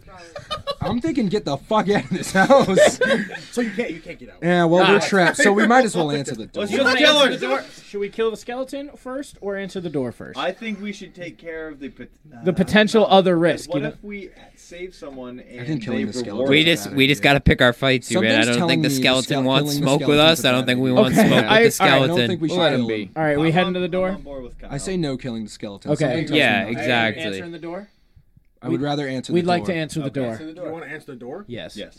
I'm thinking, get the fuck out of this house. so you can't, you can't get out. yeah, well, Ah. we're trapped, so we might as well answer the door. Let's just answer the door. Should we kill the skeleton first or answer the door first? I think we should take care of the pot- uh, um, The potential other risk, What you know? if we save someone and didn't kill they him, the skeleton. reward We us just back? we just gotta pick our fights, you man. I Something's don't telling think me the the skeleton skeleton- wants killing the smoke with us. I don't think we want Okay. smoke I- with the all right, I don't skeleton. think we should Let him kill be. him. All right, we heading to the door. I say no killing the skeleton. Okay. Something tells me Yeah, not to. exactly. Answering the door. I would rather answer the We'd like door. to answer the door. You want to answer the door? Yes. Yes.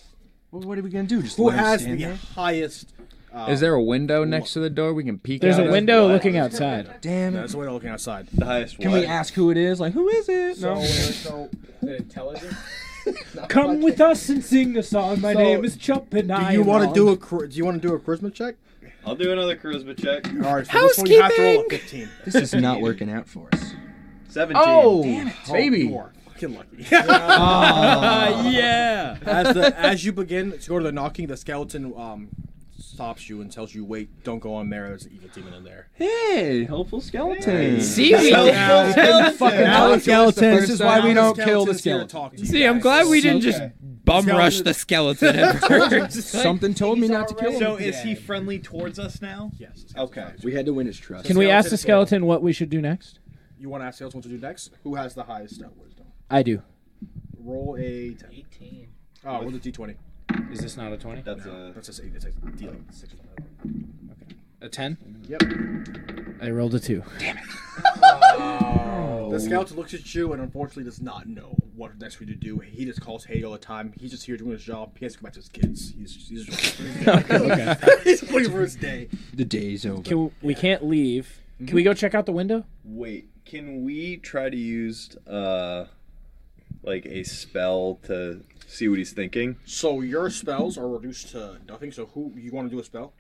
Well, what are we gonna do? Just Who let him has stand the there? highest? Uh, Is there a window next to the door we can peek? There's out a of? window looking outside. Damn That's the way they're looking outside. The highest Can we ask who it is? Like, who is it? So- no. so- Intelligence. Come with us and sing the song. My So, name is Chup and I. Do you am want to on- do a char- Do you want to do a charisma check? I'll do another charisma check. All right. For this one, you have to roll a fifteen. This is not working out for us. Seventeen. Oh, Damn it. baby. you are fucking lucky. Ah. yeah. As the, as you begin to go to the knocking, the skeleton um stops you and tells you, "Wait, don't go on there. There's an evil demon in there." Hey, helpful skeleton. See, we Helpful did. skeleton. Helpful skeleton. This is why we don't kill the Skeleton's here to talk skeleton. to you See, I'm glad we didn't just Okay. bum rush the skeleton at first. Something told me not to kill him. So is he friendly towards us now? Yes. Okay. We had to win his trust. Can we ask the skeleton what we should do next? You want to ask the skeleton what to do next? Who has the highest uh, wisdom? I do. Roll a 10. 18. Oh, roll a d20. Is this not a twenty? That's a That's just eight. It's a d like six. A ten. Yep. I rolled a two. Damn it. The skeleton looks at you and unfortunately does not know what next we to do. He just calls Haiti all the time. He's just here doing his job. He has to go back to his kids. He's, he's just Okay, he's waiting for his day. The day's over. Can we, we can't leave. Can we go check out the window? Wait, can we try to use uh like a spell to see what he's thinking? So your spells are reduced to nothing. So who you want to do a spell?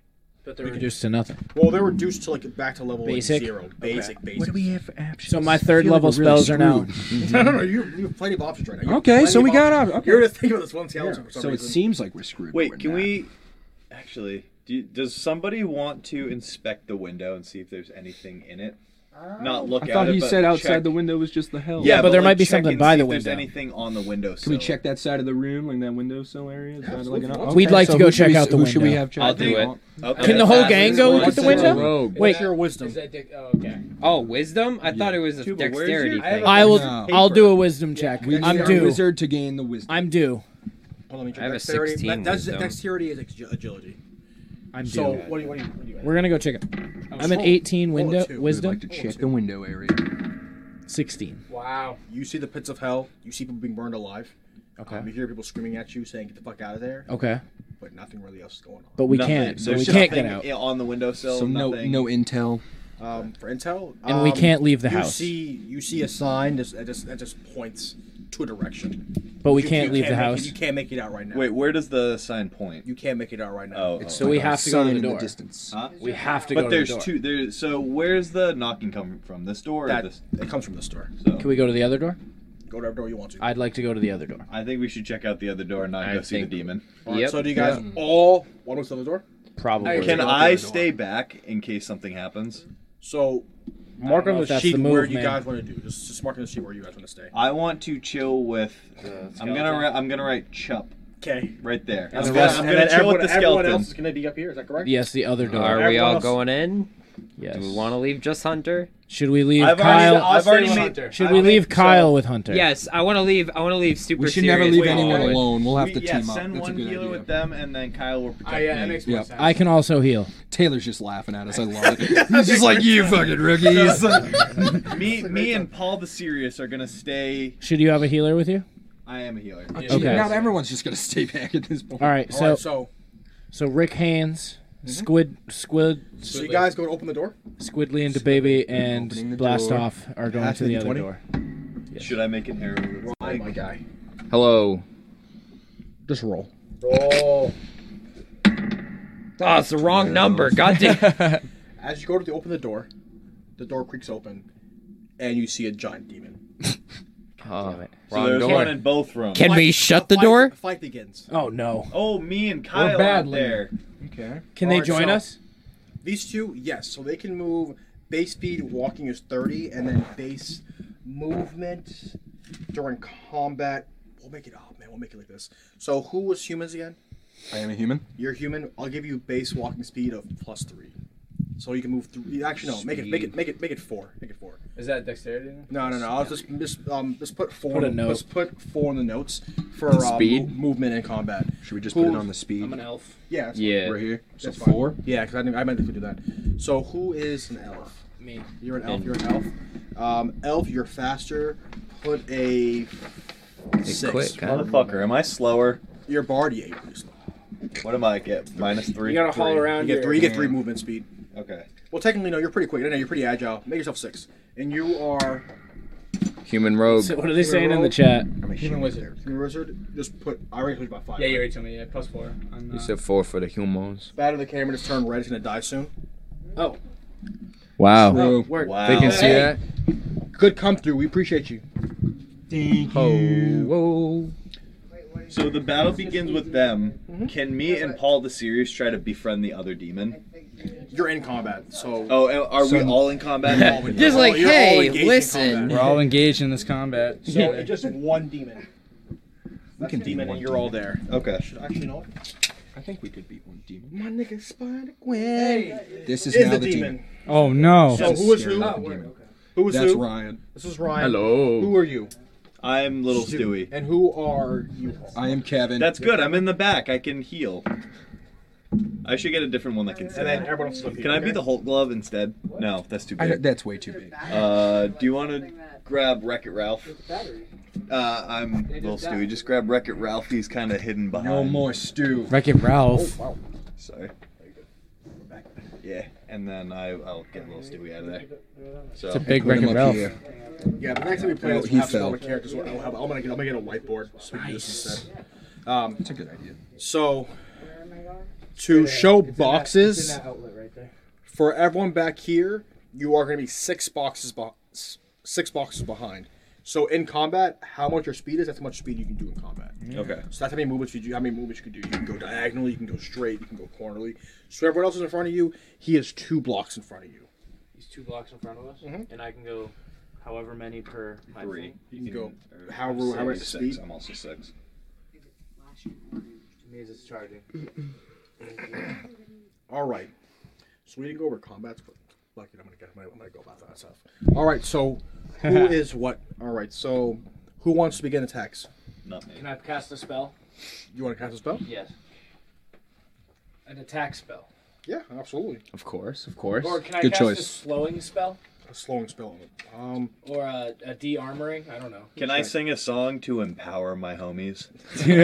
But they're Reduced to nothing. Well, they're reduced to like back to level like, Basic? zero, basic, Okay. basic. What do we have for options? So my third level spells are now. no, no, no. You, you have plenty of options right now. You have Okay, plenty so of we got options. op- okay. You're just thinking about this one skeleton for some So it reason. seems like we're screwed. Wait, can we actually do, does somebody want to inspect the window and see if there's anything in it? Not look I at thought it. he but said outside check- the window was just the hell. Yeah, but, there like, might be check something and by see the if There's window. anything on the window. Can we check that side of the room, like that windowsill area? Is that like an- We'd okay, like to so go who should check we- out the Who should we window. have check I'll out the do it. window? Okay. Can the whole gang go look at the What's it? window? Wait. What's your wisdom? okay. Oh, wisdom? I thought it was a dexterity thing. I will. No. I'll do a wisdom check. We I'm need due. a wizard to gain the wisdom. I'm due. Hold on, let me check I have a dexterity. 16 That- that's wisdom. dexterity is ag- agility. I'm so due. what do you what do you, what do you We're gonna go check it. I'm at roll- 18 roll a window two. We'd wisdom. like to check the window area. 16. Wow. You see the pits of hell. You see people being burned alive. Okay. Um, you hear people screaming at you, saying, "Get the fuck out of there." Okay. But nothing really else is going on. But we Nothing. can't. So There's we can't get out. nothing on the windowsill. So no, nothing. no intel. Um, for intel, And we um, can't leave the you house. See, you see a sign that that just, that just points to a direction. But we You- can't you leave the make it- house. you can't make it out right now. Wait, where does the sign point? You can't make it out right now. Oh, So we have to go to the door. Huh? We have to but go to the there's door. two. There. So where's the knocking coming from? This door. That- or this? It comes from this door. Can we go to the other door? Go to whatever door you want to. I'd like to go to the other door. I think we should check out the other door and not go see the demon. All right, So do you guys all want to the other door? Probably. Can Go to I the door. stay back in case something happens? So Mark mark on on know the if that's sheet the move, where you man. guys want to do. Just, just mark on the sheet where you guys want to stay. I want to chill with. I'm gonna. skeleton. Write, I'm gonna write Chup. Okay. Right there. And I'm the gonna, rest- I'm And gonna then chill everyone, with the everyone skeleton. else is going to be up here. Is that correct? Yes, the other door. Are we Everyone all else- going in? Yes. Do we want to leave just Hunter? Should we leave I've already- Kyle? I've already made- Should I've we made- leave so- Kyle with Hunter? Yes, I want to leave. I want to leave super. We should never serious leave with anyone Owen. alone. We'll have We- to yeah, team up. send That's a one good healer idea. with them, and then Kyle will protect me. Yep. I can also heal. Taylor's just laughing at us. I love it. He's just like you, fucking rookies. me, me, and Paul the Serious are gonna stay. Should you have a healer with you? I am a healer. Okay. Now everyone's just gonna stay back at this point. All right. So, so- Mm-hmm. so Rick Hands, Squid, Squid, So you guys go to open the door. Squidly and DeBaby and Blast door. Off are going to Passing the the other 20. door. Should I make an arrow? Oh my guy. Hello. Just roll. Oh. it's the wrong number. God damn. As you go to the, open the door, the door creaks open, and you see a giant demon. oh, So there's one in both rooms. Can we shut the door? The fight begins. Oh no. Oh, me and Kyle are badly. there. Okay. Can they Alright, join so us? These two, yes. So they can move. Base speed walking is 30, and then base movement during combat We'll make it up, man. We'll make it like this. So who was humans again? I am a human. You're human. I'll give you base walking speed of plus three, so you can move three. Actually, no. Make it, make it, make it, make it four. Make it four. Is that dexterity? No, no, no. I'll just just um just put four. Put a in- note. Let's put four in the notes for And uh, speed? mo- movement and combat. Should we just put it on the speed? I'm an elf. Yeah. that's Yeah. fine. Right here? That's So fine. four? Yeah, because I, knew- I meant to do that. So who is an elf? Me. You're an elf. And- You're an elf. Um, elf, youyou're faster. Put a six. Motherfucker, am I slower? You're bard, yeah, you're What am I get? Minus three? Three. You get three. You get three movement speed. Okay. Well, technically, no. You're pretty quick. No, no, you're pretty agile. Make yourself six. And you are Human rogue. I'm a human wizard. Human wizard. Just put. I already told you about five. Yeah, you right? already told me. Yeah, plus four. On, You uh, said four for the humans. Bad of the camera just turned red. It's gonna die soon. Oh. Wow. Oh, work. They can see Hey. that. Good come through. We appreciate you. Thank Oh. you. Whoa. So the battle begins with them. Can me and Paul the Serious try to befriend the other demon? You're in combat, so. Oh, and are we So- all in combat? Oh, We're all engaged in this combat. So it's just one demon. We can demon, and you're all there. Okay. Should I actually know? I think we could beat one demon. My nigga Spider Gwen. This is is now the the demon. demon. Oh no. So who is who? Who is That's who? Ryan. This is Ryan. Hello. Who are you? I'm little Stu. Stewie. And who are you? I am Kevin. That's good. I'm in the back. I can heal. I should get a different one that can. save. then everyone else is up here, Can I be okay? the Hulk glove instead? No, that's too I big. don't- that's way too big. Uh, do you want to grab Wreck It Ralph? Uh, I'm Little Stewie. Just grab Wreck It Ralph. He's kind of hidden behind. No more stew. Wreck It Ralph. Oh, wow. Sorry. Yeah, and then I, I'll get Little Stewie out of there. So. It's a big Wreck It Ralph. Yeah, the next time we play, Oh, let's he have some fell. other characters. I'll have- I'm gonna get, I'm gonna get a whiteboard. So we can do this Nice. instead. Um, That's a good idea. So, to show boxes. It's in that outlet right there. for everyone back here, you are going to be six boxes bo- s- six boxes behind. So in combat, how much your speed is, that's how much speed you can do in combat. Okay. So that's how many movements you do. How many movements you can do? You can go diagonally, you can go straight, you can go cornerly. So everyone else is in front of you. He is two blocks in front of you. He's two blocks in front of us, and I can go however many per my Three. thing. You can go however however Six, speed. I'm also six. It means it's charging. All right. So we didn't go over combats, but lucky I'm gonna get. I'm gonna, I'm gonna go about that stuff. All right. So who is what? All right. So who wants to begin attacks? Not me. Can I cast a spell? You want to cast a spell? Yes. An attack spell. Yeah, absolutely. Of course, of course. Or can I cast a slowing spell? A slowing spell. Um, Or a, a de-armoring? I don't know. Can I sing a song to empower my homies? you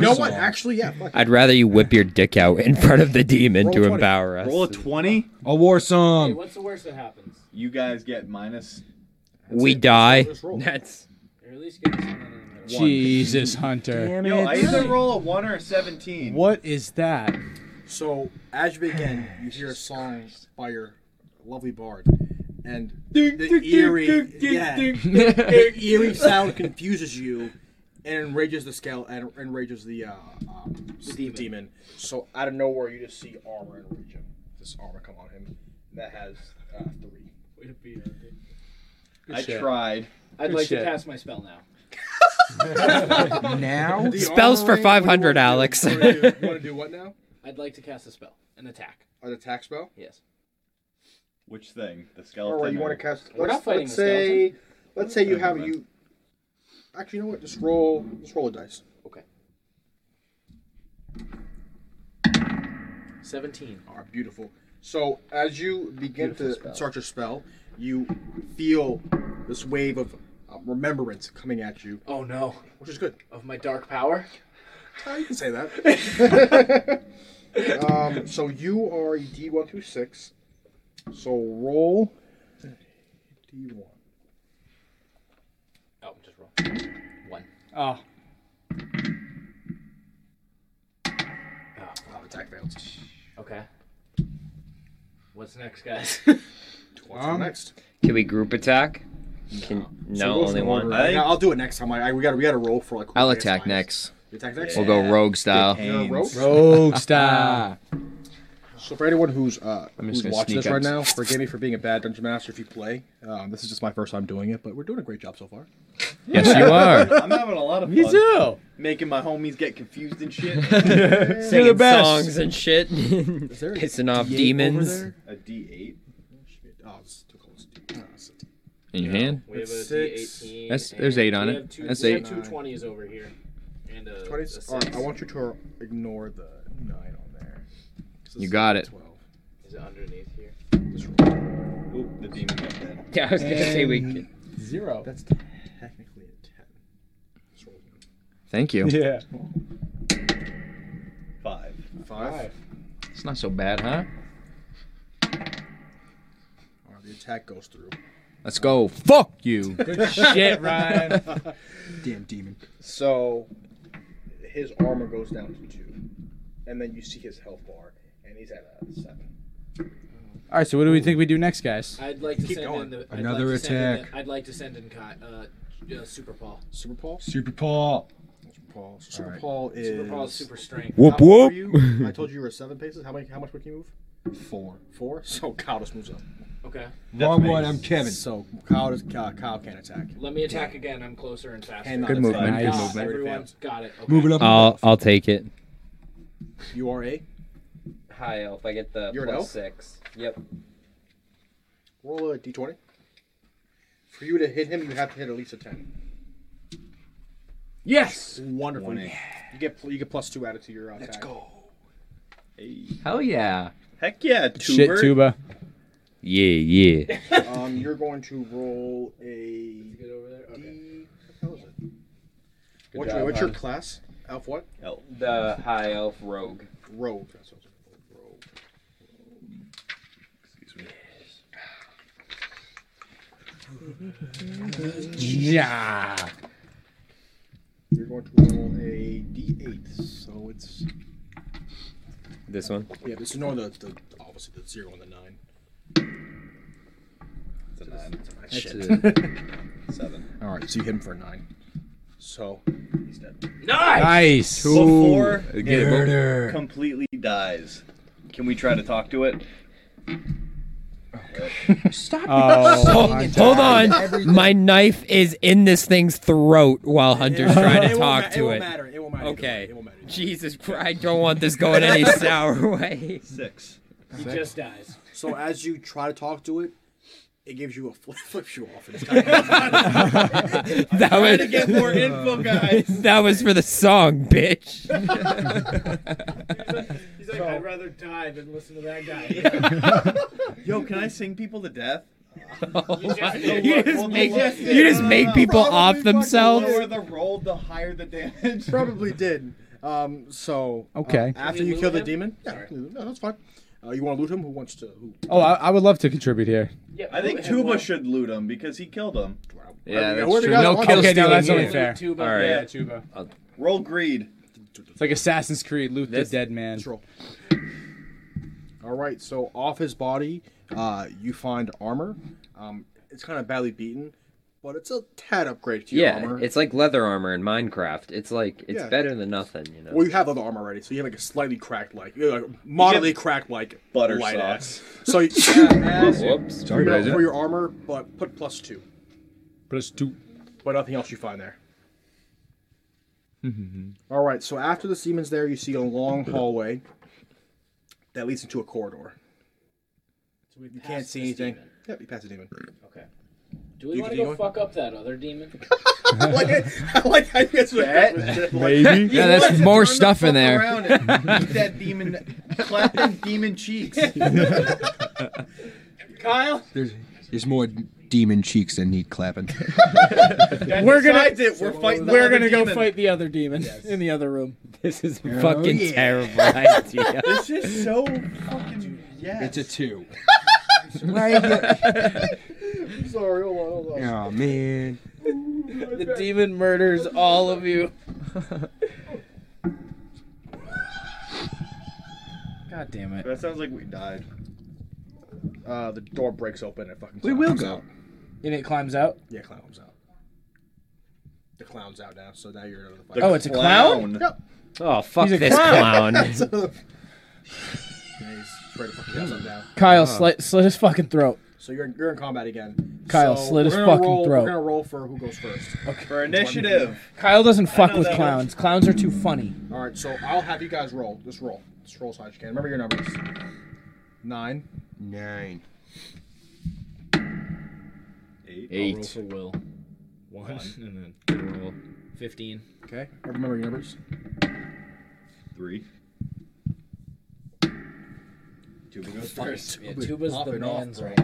know what? Actually, yeah. fuck it. I'd rather you whip your dick out in front of the demon to empower us. Roll a 20. A war song. Hey, what's the worst that happens? You guys get minus. we die. Let's roll. That's Or at least give us One. Jesus, Hunter. Yo, I either roll a 1 or a 17. What is that? So as you begin, you hear a song by your lovely bard, and Ding, the ding, ding, eerie, ding, ding, yeah, ding, ding, the ding. eerie sound confuses you, and enrages the scale and enrages the uh, um, the demon. So out of nowhere, you just see armor enrage him. This armor come on him that has uh, three. Way to be epic. I tried. I'd Good like shit. to cast my spell now. Now? The Spells for armoring, what do you 500, wanna do? Alex. You wanna do- you want to do what now? I'd like to cast a spell. An attack. An attack spell? Yes. Which thing? The skeleton? All right, you want or- to cast? We're Let's, not fighting let's the skeleton. say, let's say you Okay, have man. you. Actually, you know what? Just roll. Just roll a dice. Okay. 17. All right, beautiful. So as you begin Beautiful to spell. start your spell, you feel this wave of uh, remembrance coming at you. Oh no. Which is good. Of my dark power? Uh, you can say that. um, so you are a D one through six. So roll D one. Oh, just roll. One. Ah. Oh. Oh, attack failed. Okay. What's next, guys? What's up next? Can we group attack? Can, no, So go only for one. order. Yeah, I'll do it next time. I, I- we got we got to roll for like. who I'll gets attack mine. next. You attack next? We'll go Yeah. rogue style. You're a rogue? Rogue style. So for anyone who's uh, I'm who's just gonna watching sneak this right up. now, forgive me for being a bad dungeon master if you play. Um, this is just my first time doing it, but we're doing a great job so far. Yes, you are. I'm having a lot of fun. Me too. Making my homies get confused and shit. Singing songs and shit. Is there a Pissing off D8 over demons. there? A D8? Oh, it's too close. In your hand? We have a That's six. D18. That's- there's eight on we it. have two- That's we eight. Have two 20s over here. And uh, a, a Twenties. All right, six. I want you to ignore the nine on there. You got it. Is it underneath here? Oop, the demon got dead. Yeah, I was gonna say we could. Zero. That's technically a ten. Thank you. Yeah. Five. Five. It's not so bad, huh? All right, the attack goes through. Let's go. Fuck you. Damn demon. So his armor goes down to two, and then you see his health bar, and he's at a seven. All right, so what do we think we do next, guys? I'd like to Keep send going. in the, I'd Another like to send in the- attack. I'd like to send in Kai, uh, uh, Super Paul. Super Paul. Super Paul. Super Paul. So Super All right. Paul is Super Paul is super strength. Whoop, How old whoop. are you? I told you you were seven paces. How many? How much would you move? Four. Four. So Cowdus moves up. Okay. Wrong Death one, phase. I'm Kevin. So Cowdus, Cow, Cow can attack. Let me attack again. I'm closer and faster. Hand Good on movement, attack. good Got it. movement. Everyone's got it. Okay. Move it up. I'll I'll take it. You are a high elf. I get the You're an plus elf? six. Yep. roll a d20. For you to hit him, you have to hit at least a ten. Yes. Wonderful. One You get pl- you get plus two added to your uh, Let's go. Hell yeah. Heck yeah, Shit, tuba. Yeah, yeah. Uh, um, you're going to roll a. Get over there. Okay. Good What's, job, your, what's your hon. class? Elf what? Elf. The high elf rogue. Rogue. That's what it's called, rogue. Yeah. You're going to roll a d8, so it's This one. yeah. It's no the, the obviously the zero and the nine. It's a nine. That's a- Seven. All right, so you hit him for a nine. So he's dead. Nice. Before Ooh, it murder. completely dies, can we try to talk to it? Stop. Oh, my hold God. on. My knife is in this thing's throat while Hunter's trying to talk to it. It won't matter. Okay. Jesus Christ, I don't want this going any sour way. Six. He just dies. So as you try to talk to it, it gives you a flip, flips you off. It's kind of- That Trying was to get more info, guys. That was for the song, bitch. He's like, I'd rather die than listen to that guy. Yo, can I sing people to death? You just- you just make- you just make people off themselves? The lower the roll, the higher the damage. Probably did. Um, so uh, Okay. Can after we you loot kill the him? demon, yeah, no, that's fine. Uh, you want to loot him? Who wants to? Who? Oh, I, I would love to contribute here. I think Tuba should loot him because he killed him. Yeah, I mean, that's whoever true. got No it won. kill Okay, no, stealing that's only here. fair. Tuba, All right. yeah, Tuba. Roll greed. It's like Assassin's Creed, loot the dead man. All right. So off his body, uh, you find armor. Um, it's kind of badly beaten, but it's a tad upgrade to your Yeah, armor. it's like leather armor in Minecraft. It's like it's Yeah. better than nothing, you know. Well, you have other armor already, so you have like a slightly cracked, like, you have, like moderately cracked, like butter light sauce. ass. So you, Whoops. for, Sorry, your, guys. for your armor, but put plus two, plus two, but nothing else you find there. All right. So after the Siemens, there you see a long hallway that leads into a corridor. You can't see anything. Yep, you pass the demon. Okay. Do we You want to can go keep fuck up that other demon? I like it. I like how you answer that. Maybe. Yeah, there's more stuff in there. Around it. Eat that demon. Clap them demon cheeks. Kyle? There's there's more demon cheeks that need clapping. we're gonna decides it. We're fighting the We're other gonna go demon. fight the other demon in the other room. This is a Oh, fucking terrible idea. This is so fucking. Yes. It's a two. I'm sorry. Hold on. Hold on. Oh man. The demon murders all of you. God damn it. That sounds like we died. Uh, the door breaks open and fucking. We clown will comes go. out. And it climbs out. Yeah, clown comes out. The clown's out now, so now you're out of the fight. The Oh, it's a clown? clown? Yep. Oh fuck He's a this clown. clown. So the- Yeah, he's trying to fucking down. Uh-huh. Kyle, slit, slit his fucking throat. So you're you're in combat again. Kyle So slit we're his gonna fucking roll- throat. We're gonna roll for who goes first. Okay. For initiative. Kyle doesn't I fuck know with that. clowns. Clowns are too funny. All right, so I'll have you guys roll. Just roll. Just roll as high as you can. Remember your numbers. Nine. Nine. I'll Eight. roll for Will. One, and then roll. Fifteen. Okay. Remember your numbers. Oh, Three. Tuba goes Fucking first. Tuba is popping off, bro.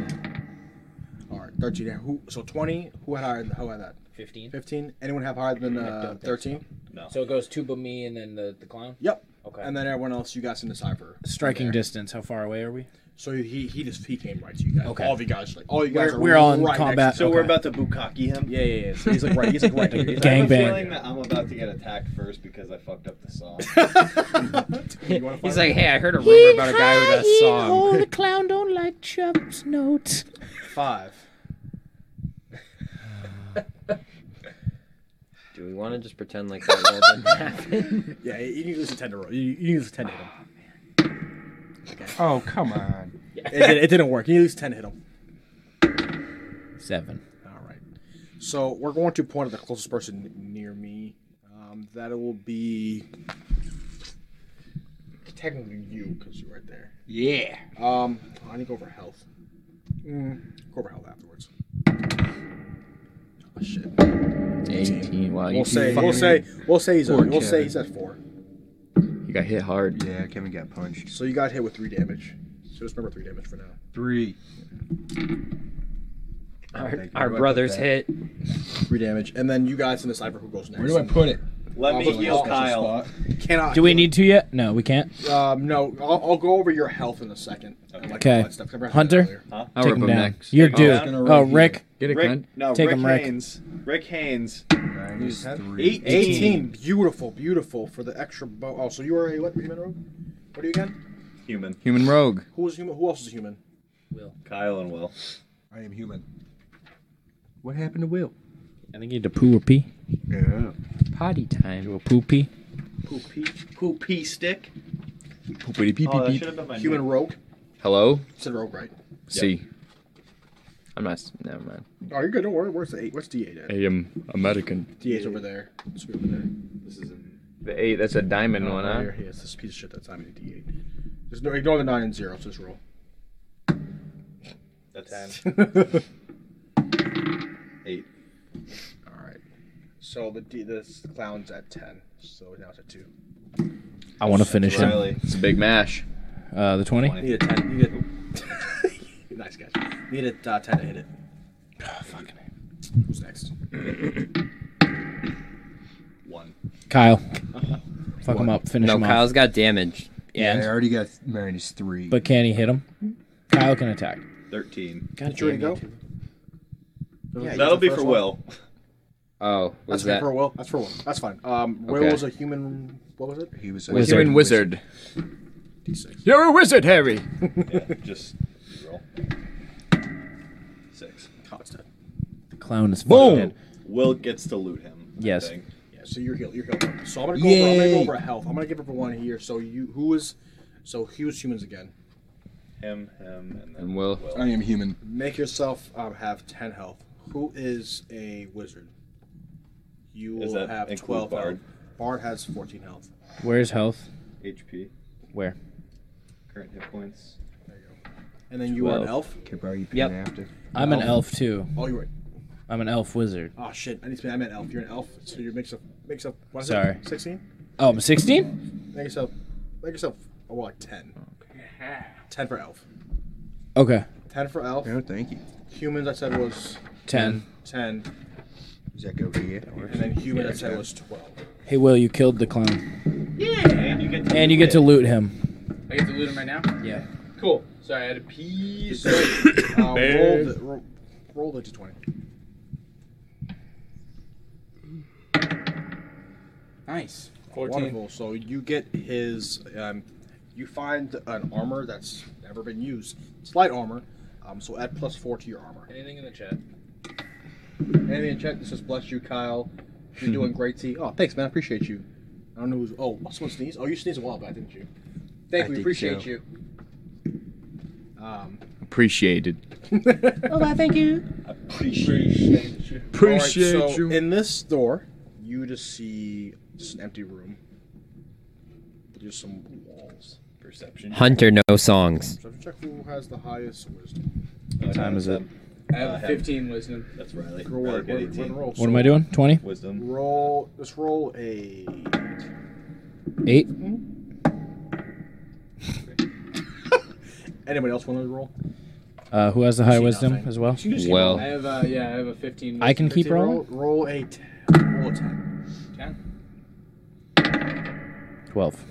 All right, thirteen. Yeah, Who? So twenty. Who had higher? than- Who had that? Fifteen. Fifteen. Anyone have higher than I uh, don't think thirteen? No. So it goes Tuba, me, and then the, the clown? Yep. Okay. And then everyone else, you guys can decide for Striking there. distance. How far away are we? So he he just he came right to you guys. Okay. All of you guys like all you guys We're- are we're all in right next combat. to- So we're Okay. about to bukkake him. Yeah, yeah, yeah. So he's like right. He's like right here. He's I like- have a Gangbang. feeling that I'm about to get attacked first because I fucked up the song. He's like, hey, I heard a rumor about a guy who does song. the clown don't like Chubb's notes. Five. Do we want to just pretend like that all didn't happen? Yeah, you need to use a ten to roll. You, you use a ten to hit him. Oh, come on. It, did, it didn't work. You lose ten to hit him. Seven. All right. So we're going to point at the closest person near me. Um, that will be technically you because you're right there. Yeah. Um, I need to go over health. Mm, go over health afterwards. Oh shit. 18. Wow, you we'll two say fucking- we'll say we'll say he's at, Poor we'll say Kevin. he's at four. You got hit hard. Yeah, Kevin got punched. So you got hit with three damage. So just remember three damage for now. Three. Our, Thank you. Where do I our put brother's that? hit. Three damage, and then you guys can decipher who goes next. Where do I put it? Let me Obviously, heal special Kyle. spot. Cannot. Do we need to yet? No, we can't. Um, no, I'll, I'll go over your health in a second. Like, all Okay. that stuff. I forgot to do that Hunter, earlier. I'll take rip him him down. next. You're Take due. him down. Oh, Rick. Get it, Rick, cunt. no, Take Rick him, Rick. Haynes. Rick Haynes. Minus three. 18. 18. Beautiful, beautiful for the extra bo Oh, so you are a what? Human rogue? What are you again? Human. Human rogue. Who is human? Who else is human? Kyle and Will. I am human. What happened to Will? I think you need to poo or pee. Yeah. Potty time. Do a poo pee. Poopy. Poopy stick. Poopity pee Oh, that pee should have been my Human name. rogue. Hello? It's a rogue, right? C. I'm not. s- Never mind. Oh, you're good. Don't worry. Where's the eight? What's D eight at? I am American. D8's over there. It's over there. This is in The eight, that's a diamond Oh, one, right huh? here. He has this piece of shit that's not in D eight. There's no ignore the nine and zero. So just roll. a ten. Eight. All right. So the D, this clown's at ten. So now it's at two. I want to finish him. Riley. It's a big mash. Uh, the 20? Need a ten. Need a nice guys. Need a uh, ten to hit it. fucking Who's next? One. Kyle. Fuck him up. Finish No, him Kyle's off. got damage. Yeah, I And, already got minus three. but can he hit him? Kyle can attack. Thirteen. God Did you damn already it. go? Yeah, you That'll did the be first for one. Will. Oh, That's was that? for Will. That's for Will. That's fine. Um, Will Okay. was a human. What was it? he was Wizard. Human wizard. D6. You're a wizard, Harry. Yeah, just roll. Six. Oh, it's dead. The clown is fucking dead. Will gets to loot him. I Yes. think. Yeah. So you're healed. You're healed. So I'm gonna go. Over, I'm gonna go Yay. over health. I'm gonna give everyone here. So you who is? So he was humans again. Him, him, and then And Will. Will. I am human. Make yourself um, have ten health. Who is a wizard? You Is will that have include twelve Bard? health. Bard has fourteen health. Where's health? HP. Where? Current hit points. And then you are an elf. Cabrera, you Yep. after. I'm an elf, too. Oh, you're right. I'm an elf wizard. Oh shit! I need to. I meant elf. You're an elf. So you mix up. Mix up. What is Sorry. Sixteen. Oh, I'm 16? Make yourself. Make yourself. Oh, well, like ten. Ten for elf. Okay. Ten for elf. No, thank you. Humans I said was 10. ten, Does that go here? and then human I said was twelve. Hey, Will, you killed the clown. And you get to And you get to loot him. I get to loot him right now. Yeah. Cool. Sorry, I had a piece. So, uh, roll the roll, roll the d20. nice. Wonderful. So you get his. Um, you find an armor that's never been used. It's light armor. Um, so add plus four to your armor. Anything in the chat? Anything in chat? This is bless you, Kyle. You're doing great, T. Oh, thanks, man. I appreciate you. I don't know who's. Oh, someone sneezed. Oh, you sneezed a while back, didn't you? Thank I you. We think appreciate so. you. Um, Appreciated. oh, I thank you. Appreciate you. Appreciate Alright, so you. In this door, you just see just an empty room. Just some walls. Perception. Hunter, no songs. Perception check who has the highest wisdom. What time is it? I have uh, 15 wisdom. That's Riley. Riley Roll, got roll, roll, 18. roll. What am I doing? 20? Wisdom. Uh, Roll. Just roll a. Eight. Anybody else want to roll? Uh, who has the high wisdom as well? I have uh, yeah, I have a 15. I can keep 15, rolling. Roll, roll a ten. Roll a ten. 12.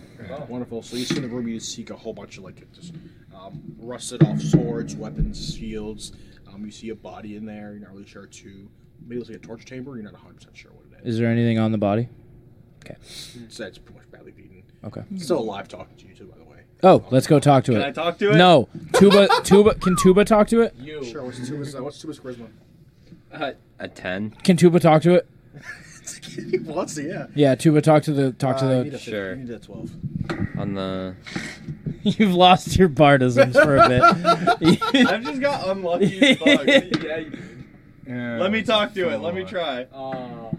Wonderful. So you see in the room, you seek a whole bunch of like just um, rusted off swords, weapons, shields. Um, you see a body in there. You're not really sure to maybe it looks like a torture chamber. You're not 100 percent sure what it is. Is there anything on the body? Okay. So that's pretty much badly beaten. Okay. Still alive talking to you too, by the way. Oh, let's go talk to it. Can I talk to it? No. Tuba, Tuba, can Tuba talk to it? You sure? What's Tuba's, uh, what's Tuba's charisma? Uh, a ten. Can Tuba talk to it? What's the yeah? Yeah, Tuba, talk to the talk to Uh, you the. need a fif- Sure. You need a 12. On the. You've lost your bardisms for a bit. I've just got unlucky as fuck. Yeah, you did. Let me talk to it. Let me try.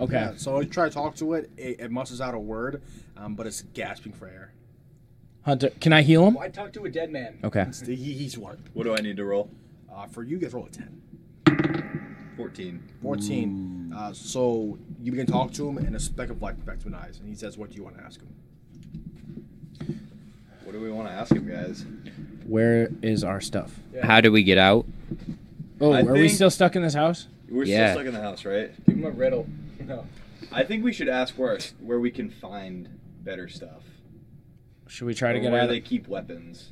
Okay. Yeah, so you try to talk to it. It, it muscles out a word, um, but it's gasping for air. Hunter, can I heal him? Why talk to a dead man? Okay. he, he's one. What do I need to roll? Uh, for you, you guys roll a 10. 14. 14. Uh, so you begin to talk to him, and a speck of light affects his eyes, and he says, What do you want to ask him? What do we want to ask him, guys? Where is our stuff? How do we get out? Oh, I are we think- still stuck in this house? We're Yeah. still stuck in the house, right? Give him a riddle. No. I think we should ask where where we can find better stuff. Should we try to Or get where out? they keep weapons.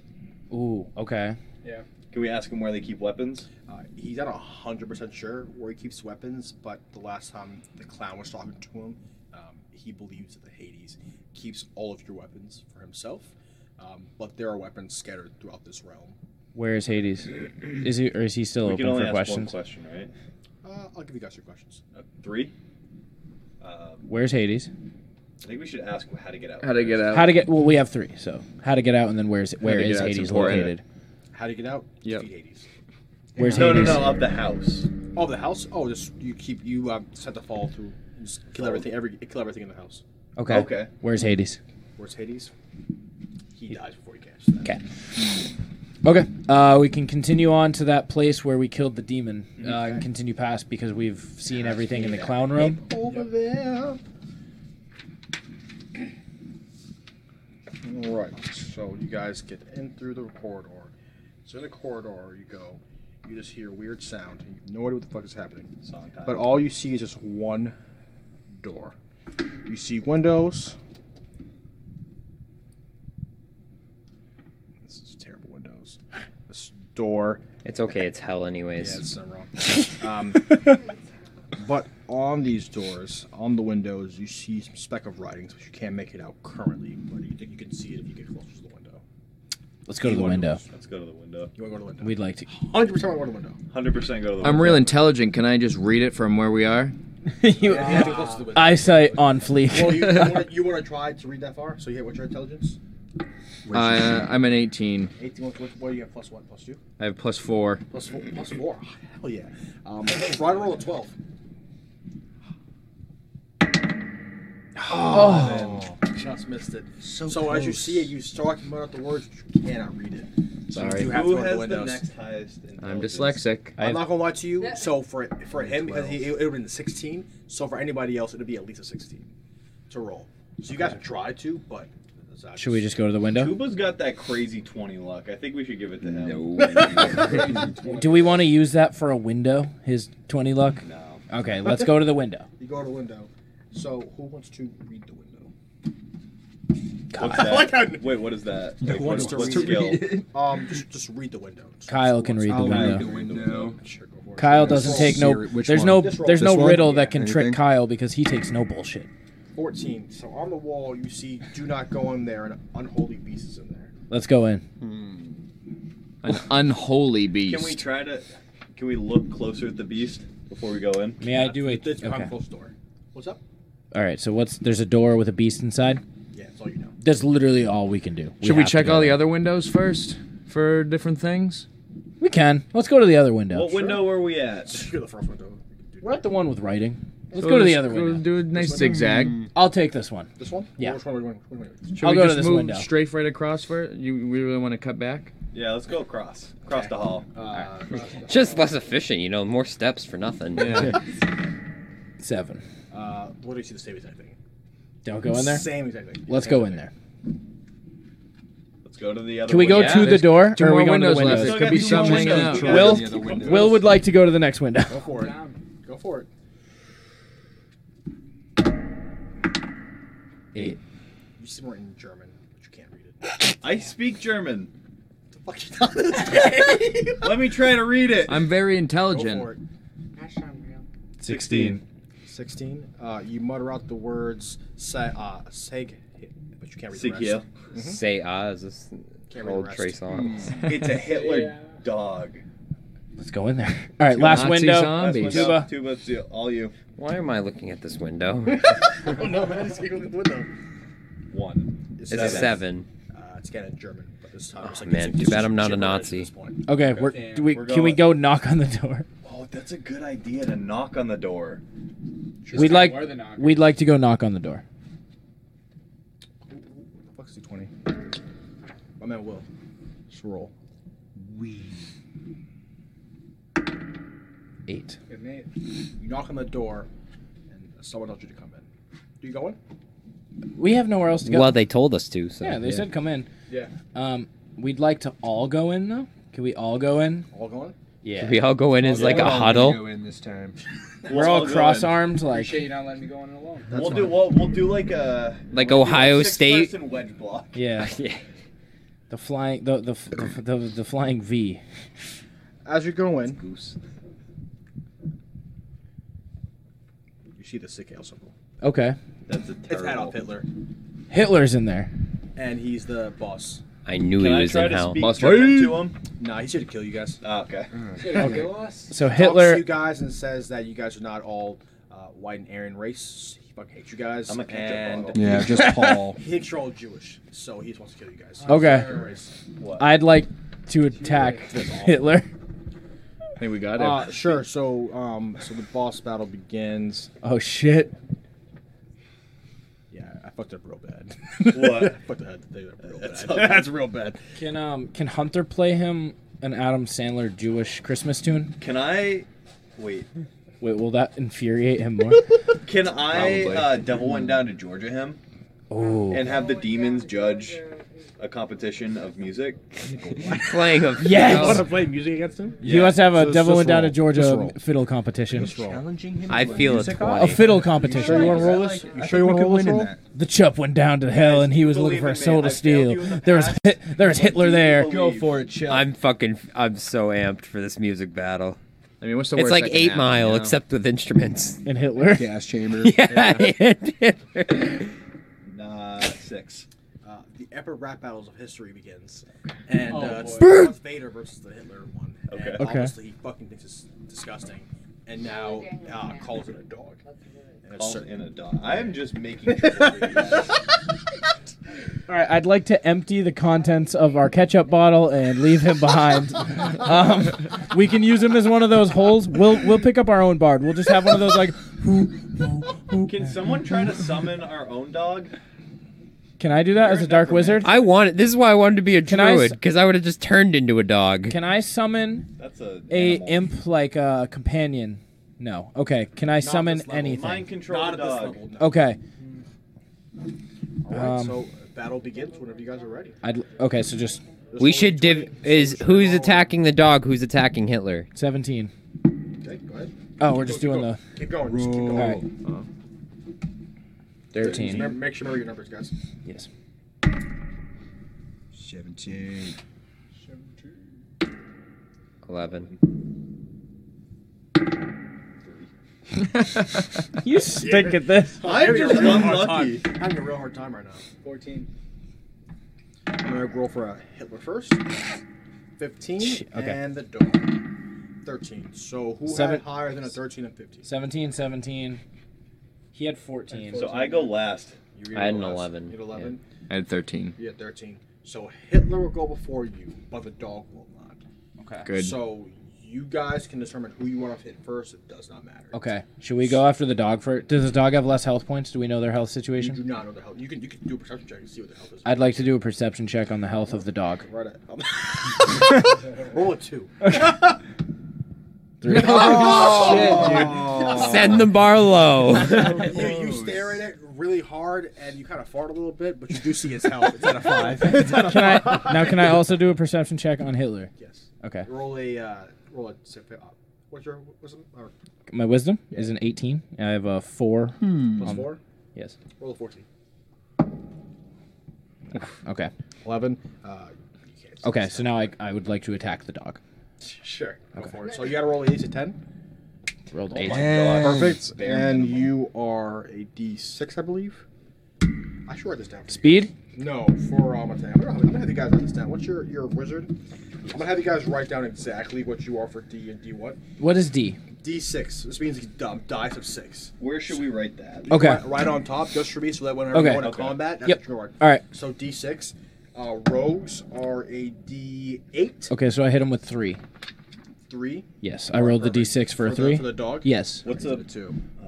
Ooh, okay. Yeah. Can we ask him where they keep weapons? Uh, he's not 100% sure where he keeps weapons, but the last time the clown was talking to him, um, he believes that the Hades keeps all of your weapons for himself, um, but there are weapons scattered throughout this realm. Where is Hades? Is he or is he still we open can only for ask questions? one question, right? Uh, I'll give you guys your questions. Uh, three. Um, Where's Hades? I think we should ask how to get out. How to get? Well, we have three. So how to get out, and then where's where to get is out, it's Hades important. located? How do you get out? Yep. Defeat Hades. Where's no, Hades? no, no, of the house. Oh, the house. Oh, just you keep you um, set the fall through. You just kill everything. Every kill everything in the house. Okay. Where's Hades? Where's Hades? He dies before he catches that. Okay. Okay. Uh, we can continue on to that place where we killed the demon uh, and continue past because we've seen everything in the clown room. Over there. All right. So you guys get in through the corridor. So in the corridor, you go. You just hear a weird sound. And you have no idea what the fuck is happening. Song time. But all you see is just one door. You see windows. This is terrible windows. This door. It's okay. It's hell, anyways. Yeah, it's not wrong. um, but on these doors, on the windows, you see some speck of writings, which you can't make it out currently, but you think you can see it if you get closer to the window. Let's go to the window. Let's go to the window. You want to go to the window? We'd like to. 100 percent want to go to the window. Hundred percent go to the. I'm window. real intelligent. Can I just read it from where we are? you, You have to get close to the window. eyesight on fleek. well, you, you, want to, you want to try to read that far? So you hit what's your intelligence? Uh, I'm an 18. 18. What, what, what do you have? Plus one, plus two, I have plus four. plus four, plus four. Hell yeah! Um, right roll a twelve. Oh, man. just missed it. So, as you close. see it, you start to out the words, but you cannot read it. So Sorry. you have Who to go to has the the windows. next highest? In- I'm dyslexic. I'm not gonna lie to you. So for for him, because he, it would have been 16. So for anybody else, it'd be at least a 16 to roll. So you guys have tried to, but it's not- Should we just go to the window? Tuba's got that crazy twenty luck. I think we should give it to him. Do we want to use that for a window? His twenty luck. No. Okay, let's go to the window. You go to the window. So who wants to read the window? What's I like how- that? Wait, what is that? Who Like, wants what- to what read skill? it? Um, just just read the window. Just- Kyle just can wants- read the I'll read window. window. Sure, go for it. Kyle Just doesn't roll. take no. Serious- which There's one? no. This roll. There's no This one? riddle Yeah, that can trick anything? Kyle because he takes no bullshit. 14. So on the wall, you see, do not go in there, and unholy beast is in there. Let's go in. An unholy Can we beast. try to? Can we look closer at the beast before we go in? May I do it? It's behind Okay. closed door. What's up? All right. So what's there's a door with a beast inside. Yeah, that's all you know. That's literally all we can do. Should we have to check go all the in. other windows first for different things? We can. Let's go to the other window. What window were we at? You're the first window. We're at the one with writing. Let's So go to the just other go window. do a nice This zigzag. window? I'll take this one. This one? Yeah. Which one are we going? Wait, wait, wait. Should I'll we go to just this move window. straight right across for it? You we really want to cut back? Yeah, let's go across. Across the hall. Just less efficient, you know, more steps for nothing. Yeah. Seven. Uh, what do you see the same exact thing? Don't go in there. Same exact thing. Let's go in there. Let's go to the other. Can we go window. to Yeah, the there's door? two or are we more going to the windows left. windows? There could be some hanging out. Will, Yeah, the windows. Will would like to go to the next window. Go for it. Go for it. Eight. You see more in German, but you can't read it. I speak German. Fuck you done this game. Let me try to read it. I'm very Go for it. intelligent. 16. 16. Uh, you mutter out the words "seg," uh, seg but you can't read the Sigiel. rest. Say ah is this Can't read the old rest. Trey song. It's a Hitler dog. Let's go in there. All right, last Nazi window. zombies. Tuba. Tuba, Tuba, all you. Why am I looking at this window? I don't know, man. I just came out the window. One. It's a seven. Uh, it's again in German, but this time it's like Oh, Man, it's- too it's bad I'm not a German at Nazi. this point. Okay, we're, do we, We're can we going. go knock on the door? Oh, that's a good idea to knock on the door. we'd like we'd like to go knock on the door. Fuck's the 20. My man Will. Just roll. We. Eight. You knock on the door, and someone tells you to come in. Do you go in? We have nowhere else to go. Well, they told us to. So yeah, they said come in. Yeah. Um, we'd like to all go in though. Can we all go in? All going? Yeah. Should we all go in as like a huddle? in this time. We're all go in. cross-armed, like Appreciate you not letting me go in alone. we'll do we'll, we'll do like a Like we'll do Ohio six State? person wedge block. yeah. yeah. The flying the the the, the, the flying V. As you go in, Goose. you see the sick ale symbol. Okay. That's a It's terrible. Adolf Hitler, Hitler's in there. and he's the boss. I knew Can he I was try in to hell. speak Must German be. to him? Nah, he's here to kill you guys. Oh, okay. So Talks Hitler. to you guys and says that you guys are not all uh, white and Aryan race. He fucking hates you guys. I'm a pizza and ball. Yeah, just Paul. He thinks you're all Jewish, so he just wants to kill you guys. Okay. Aryan race. What? I'd like to attack Hitler. I think we got it. Uh, sure. So, um, so the boss battle begins. Oh shit. Yeah, I fucked up real bad. What? I fucked up the thing up real That's bad. okay. That's real bad. Can um can Hunter play him an Adam Sandler Jewish Christmas tune? Can I wait? Wait, will that infuriate him more? Can I Probably. uh, devil one down to Georgia him oh. and have the demons judge a competition of music? Playing of Yes! Hells. Wanna play music against him? He wants to have a So it's Devil this Went Down to roll. This Georgia roll. fiddle competition. Challenging him. I feel a A twenty. fiddle competition. You want to roll this? You sure you want to roll this roll? The chup went down to hell, and he was looking believe for in a soul me, to I failed steal. you in the There was past, Hit- there was Hitler there. Go for it, Chip. I'm fucking. I'm so amped for this music battle. I mean, what's the It's worst like that can Eight happen, Mile, you know? except with instruments. And Hitler. Gas chamber. Yeah. and- Nah, six. Uh, the epic rap battles of history begins, and uh, it's boy. Darth Vader versus the Hitler one. And uh, Okay. Okay. Obviously, he fucking thinks it's disgusting, and now uh, calls it a dog. And it's Called certain- in a dog. I am just making sure. that All right, I'd like to empty the contents of our ketchup bottle and leave him behind. um, we can use him as one of those holes. We'll we'll pick up our own bard. We'll just have one of those like. you- Can someone try to summon our own dog? Can I do that as a dark wizard? I wanted. This is why I wanted to be a Can I druid s- because I would have just turned into a dog. Can I summon That's a a animal. imp like a companion? No. Okay. Can I summon this level. anything? mind control Not at this dog. level. No. Okay. All right, Um, so battle begins whenever you guys are ready. I'd, okay. So just This we roll should is div. 20, Is so who's roll- attacking the dog? Who's attacking Hitler? seventeen. Okay, go ahead. Oh, we're just Keep doing going, the Keep going. Just keep going. All right. Just remember- thirteen. Make sure you remember your numbers, guys. Yes. 17. Eleven. You stink at this. I'm You're just having a real hard unlucky. time. I'm having a real hard time right now. 14. I'm gonna roll for a Hitler first. Fifteen okay. and the dog. Thirteen. So who Seven- had higher than a thirteen and fifteen? 17, 17. He had fourteen. So I go last. You I had an last. 11, You had eleven. I had 13. You had thirteen. So Hitler will go before you, but the dog will not. Okay. Good. So you guys can determine who you want to hit first. It does not matter. Okay. Should we go after the dog for? Does the dog have less health points? Do we know their health You do situation? not know the health. You can you can do a perception check and see what the health is. I'd like to do a perception check on the health of the dog. Right uh, at. Roll a two. Three. Oh, shit, dude. Send the bar low. you, you stare at it really hard and you kind of fart a little bit, but you do see its health. It's at a five. It's at a Can I- five. now can I also do a perception check on Hitler? Yes. Okay. Roll a uh, roll a. What's your what's it- or My wisdom is an 18. I have a four. plus Hmm. on- four? Yes. Roll a fourteen. Okay. Eleven. Uh, Okay. So now I, I would like to attack the dog. Sure. Go Okay. for it. So you got to roll an eight to ten. Rolled Oh eight. my Dang. God. Perfect. Bare and you are a D six, I believe. I should write this down. for you. Speed? No, for um, attack. I'm gonna, I'm gonna have you guys write this down. What's your your wizard? I'm gonna have you guys write down exactly what you are for D and D what. What is D? D six. This means dumb dice of six. Where should we write that? Okay. Right, right on top, just for me, so that whenever Okay. you go into Okay. combat, that's Yep. what you're going. All right. So D six. Uh, rogues are a D eight. Okay. So I hit him with three. Three. Yes. I rolled the Perfect. d6 for a the- three. for the dog. Yes. What's a two? Uh,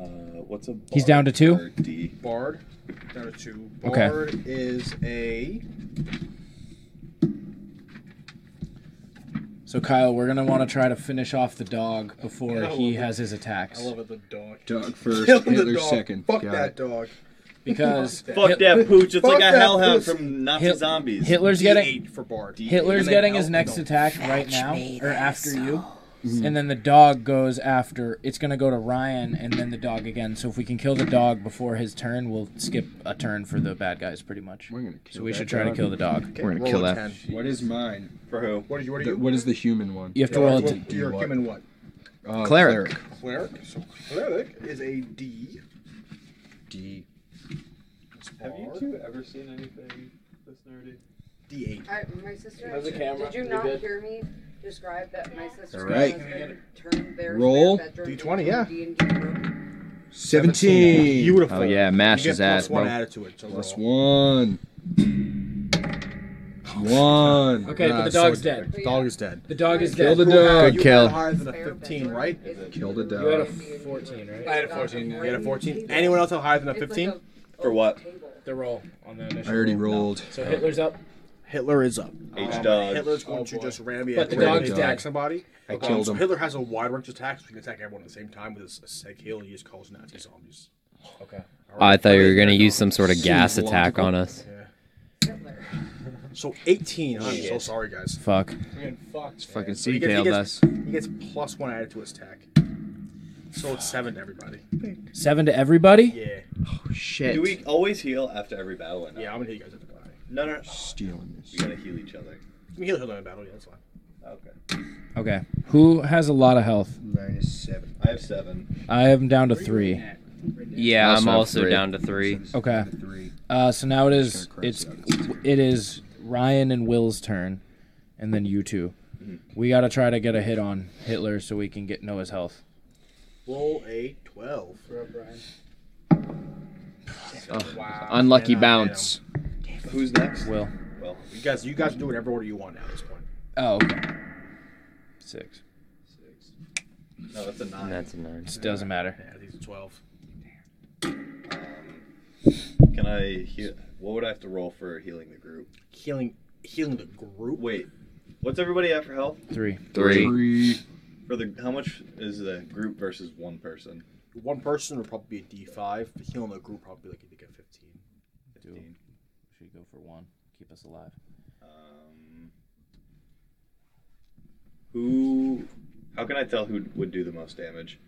what's a He's down to two? D? Bard down to two. Okay. Bard is a So Kyle, we're gonna want to try to finish off the dog before I he love it. has his attacks. I love it. The dog. Dog first, Kill the Hitler dog. second. Fuck Got that it. dog. Because Fuck that pooch. It's Fuck like a that hellhound pussy. from Nazi Hit- zombies. Hitler's getting for Bard. Hitler's getting his next attack right now or after you. Mm-hmm. And then the dog goes after. It's gonna go to Ryan, and then the dog again. So if we can kill the dog before his turn, we'll skip a turn for the bad guys, pretty much. We're gonna kill so we that should try to dog. kill the dog. Okay, We're gonna roll kill a that. What is mine? For who? What is your? What are The- you? what is the human one? You have to roll a Well, t- You're what? human what? Uh, Cleric. Cleric. So cleric is a D. D. Have you two ever seen anything this nerdy? D8. I, my sister. Has a actually- camera. Did you You're not good. hear me describe that my sister All right. and husband turned their Roll. spare bedroom D20, into a yeah. D&D room? 17. Beautiful. Oh, yeah, mash You his get plus ass, one bro. added to it. So Plus one. One. Okay, but Ah, the so it's- dog's dead. The dog is dead. The dog is Kill dead. the dog. You had higher than a 15, right? Kill the dog. You had a 14, right? I had a 14. You had a 14. Anyone else have higher than a 15? For what? Oh, The roll on the I initial. already roll. rolled. So Hitler's up. Hitler is up. H dog. Hitler's going to just randomly But the randomly dog's attack dead. somebody. I killed so him. Hitler has a wide range of attacks. So he can attack everyone at the same time with his sick heal, and he just calls Nazi zombies. Okay. I thought you were gonna use some sort of gas attack on us. So 18. I'm so sorry, guys. Fuck. Man, fuck. It's fucking he gets, he detailed gets, us. He gets plus one added to his attack. So it's seven to everybody. Seven to everybody. Yeah. Shit. Do we always heal after every battle? Or not? Yeah, I'm gonna heal you guys after the battle. No, no, no. Stealing this. We gotta heal each other. You can heal Hitler in battle. Yeah, that's fine. Okay. Okay. Who has a lot of health? Minus seven. I have seven. I am down to three. Yeah, Also I'm have also three. down to three. Okay. Three. Uh, so now it is Just gonna it's cross it is Ryan and Will's turn, and then you 2 Mm-hmm. We gotta try to get a hit on Hitler so we can get Noah's health. Roll a 12. Unlucky Yeah, I bounce. Who's next? Will. Well, You guys, you guys do whatever order you want now at this point. Oh. Okay. Six. no, that's a nine. That's a nine. It doesn't matter. Yeah, these are 12. Can I heal? What would I have to roll for healing the group? Healing, healing the group. Wait, what's everybody at for health? Three. Three. For the how much is the group versus one person? One person would probably be a D5. but Healing the group probably like you get 15. Fifteen. Should go for one. Keep us alive. Um, who? How can I tell who would do the most damage?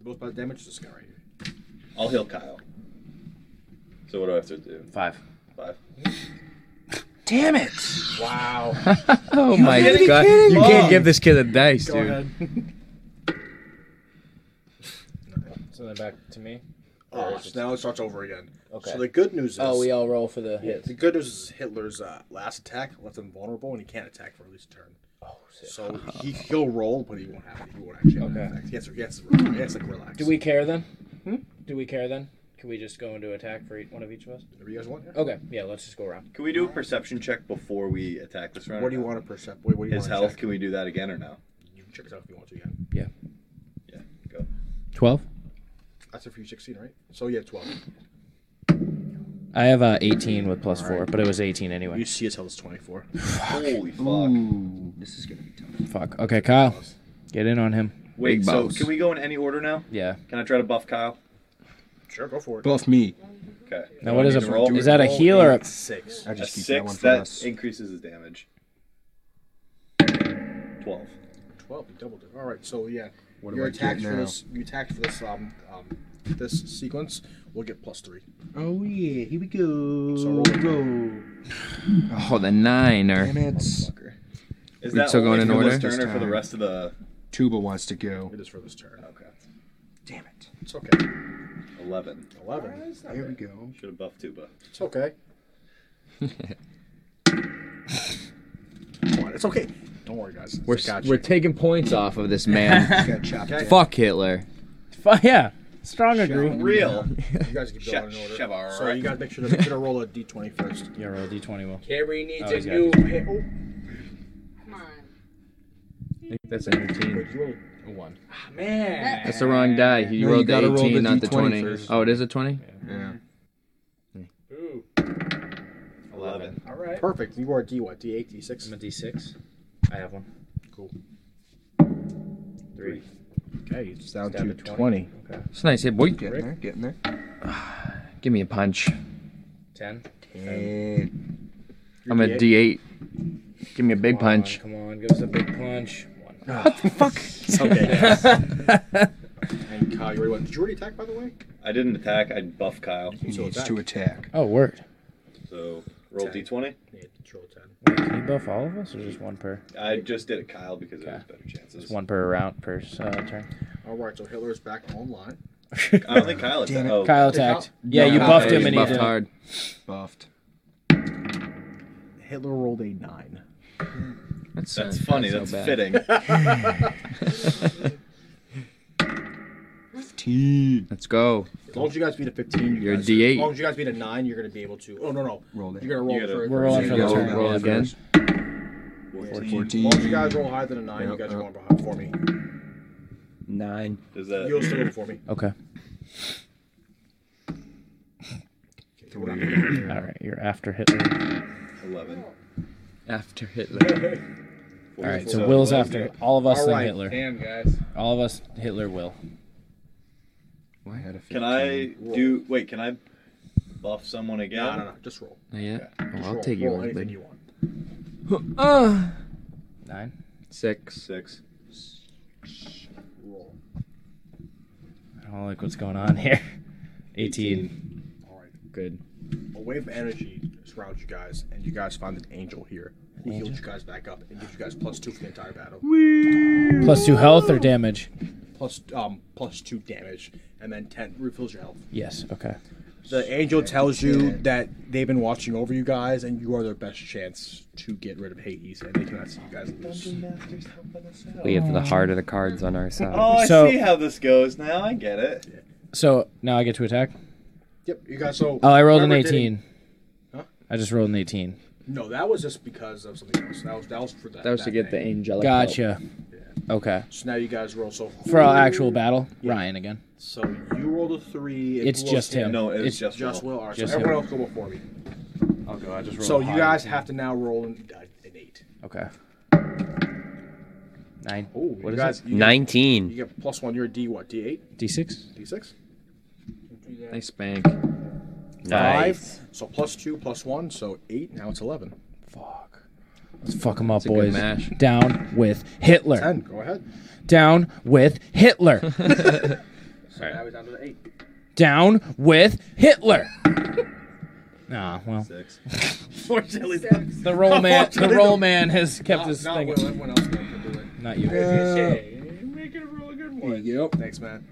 The most bad damage is this guy right here. I'll heal Kyle. So what do I have to do? Five. Five. Damn it! Wow. Oh my kidding? god. Kidding? You Oh. can't give this kid a dice, dude. So then back to me. Oh, so now it starts over again. Okay. So the good news is. Oh, we all roll for the Yeah, hits. the good news is Hitler's uh, last attack left him vulnerable, and he can't attack for at least a turn. Oh, so he, he'll roll, but he won't have. He won't actually have an Okay. effect. He has to, he has to, he has to relax. Do we care then? Do we care then? Hmm? Can we just go into attack for each, one of each of us? Whatever you guys want. Okay, yeah, let's just go around. Can we do a perception check before we attack this round? What do you want to percep? What, what do you His want health. To check? Can we do that again or no? You can check it out if you want to. Yeah. Yeah. Yeah. Go. 12? That's if you sixteen, right? So yeah, twelve. I have uh, 18 with plus four, but it was 18 anyway. You see, his health is twenty-four. Holy fuck. this is gonna be tough. Fuck. Okay, Kyle, get in on him. Wait. So can we go in any order now? Yeah. Can I try to buff Kyle? Sure, go for it. Buff me. Okay. Now Do what I is need a- to roll? is that a heal or a- Eight, Six. I just a keep that six one for that us. increases his damage. Twelve. Twelve. You doubled it. All right. So yeah, What your am I getting attacks for now? this. You attacked for this. Um, um, this sequence will get plus three. Oh yeah, here we go. So roll. Oh, the niner. Damn it. Is We that still going only in for order? this turn or for the rest of the? Tuba wants to go. It is for this turn. Okay. Damn it. It's okay. Eleven. Eleven. There we go. Should have buffed Tuba. It's okay. Come on, It's okay. Don't worry, guys. We're, It's got we're you. taking points off of this Just got man. chopped down. Fuck Hitler. Fuck yeah. Stronger group. Real. You guys can go in order. Shavar. So you guys make sure to make sure to roll a d20 first. Yeah, roll d20 will. Carrie needs Oh, a he's got new a hit. Oh, I think that's a 18. A one. Ah, Man. That's the wrong die. He No, you rolled the gotta 18, roll the not the D20 20. first. Oh, it is a 20? Yeah. Ooh. Eleven. All right. Perfect. You are a D what? D8, D6? I'm a D6. I have one. Cool. Three. Okay, it's down Down to to 20. 20. Okay. It's a nice hit, boy. Getting there, getting there. Give me a punch. Ten. And I'm a D8. Give me a big Come on, punch. Come on, give us a big punch. One. What the fuck? Okay. guys. and and Kyle, you already went. Did you already attack, by the way? I didn't attack. I buff Kyle. he needs to attack. Oh, word. So roll Ten. d20. Yeah, it's roll 10. Can you buff all of us or just one per? I just did it Kyle because it was better chances. Just one per round per uh, turn. All right, so Hitler's back online. I don't think Kyle attacked. Oh, Kyle attacked. Yeah, you buffed him and he buffed did. hard. Buffed. Hitler rolled a 9. That's, That's funny. That's, fitting. fitting. 15. Let's go. As long as you guys beat a 15, you You're a guys, D8. As long as you guys beat a 9, you're going to be able to. Oh, no, no. Roll it. You're going to roll You gotta- for We're rolling for the Roll, turn. roll again. As long as you guys roll higher than a 9, Yep, you guys are going yep. behind for me. Nine. Does You'll that? still go for me. Okay. Okay, we're not gonna roll here. All right, you're after Hitler. Eleven. After Hitler. All right, so So Will's Will's after good. all of us All then right, Hitler. Damn, guys. All of us Hitler will. Can I do? Wait, can I buff someone again? No, no, no. Just roll. Not yet. Just Well, I'll roll. take roll you one, anything big. you want. Uh, Nine. six. Six. Roll. I don't like what's going on here. 18. All right. Good. A wave of energy surrounds you guys, and you guys find an angel here who heals you guys back up and gives you guys plus two for the entire battle. Plus two health or damage? Plus, um, plus two damage, and then ten refills your health. Yes. Okay. The angel tells you that they've been watching over you guys, and you are their best chance to get rid of Hades, and they cannot see you guys lose. We have the heart of the cards on our side. Oh, I So- see how this goes now. I get it. So now I get to attack. Yep, you guys. So Oh, I rolled an whoever did it- 18. Huh? I just rolled an 18. No, that was just because of something else. That was that was for that. That was to get the thing. angelic. help. Gotcha. Okay. So now you guys roll. So For our actual battle, Ryan again. So you roll a three. if It's who else just him. did? No, it was It's just, Just Will. Will. All right, Just so everyone him. else go before me. I'll go. I just So you guys have to now roll an, uh, an eight. Okay. Nine. Oh, What you is guys. it? You Get, Nineteen. you get plus one. You're a D what? D eight? D6. D six? Nice bank. Nice. Five. So plus two, plus one. So eight. Now it's eleven. Fuck. Let's fuck him up, a good boys. mash. Down with Hitler. Ten. Go ahead. Down with Hitler. So now we're down to the eight. Down with Hitler. Ah, well. Six. Fortunately, The roll man, the roll man has kept his Not thing. Will. Everyone else can do it. Not you. Hey, make it a really good one. Yep. Thanks, man.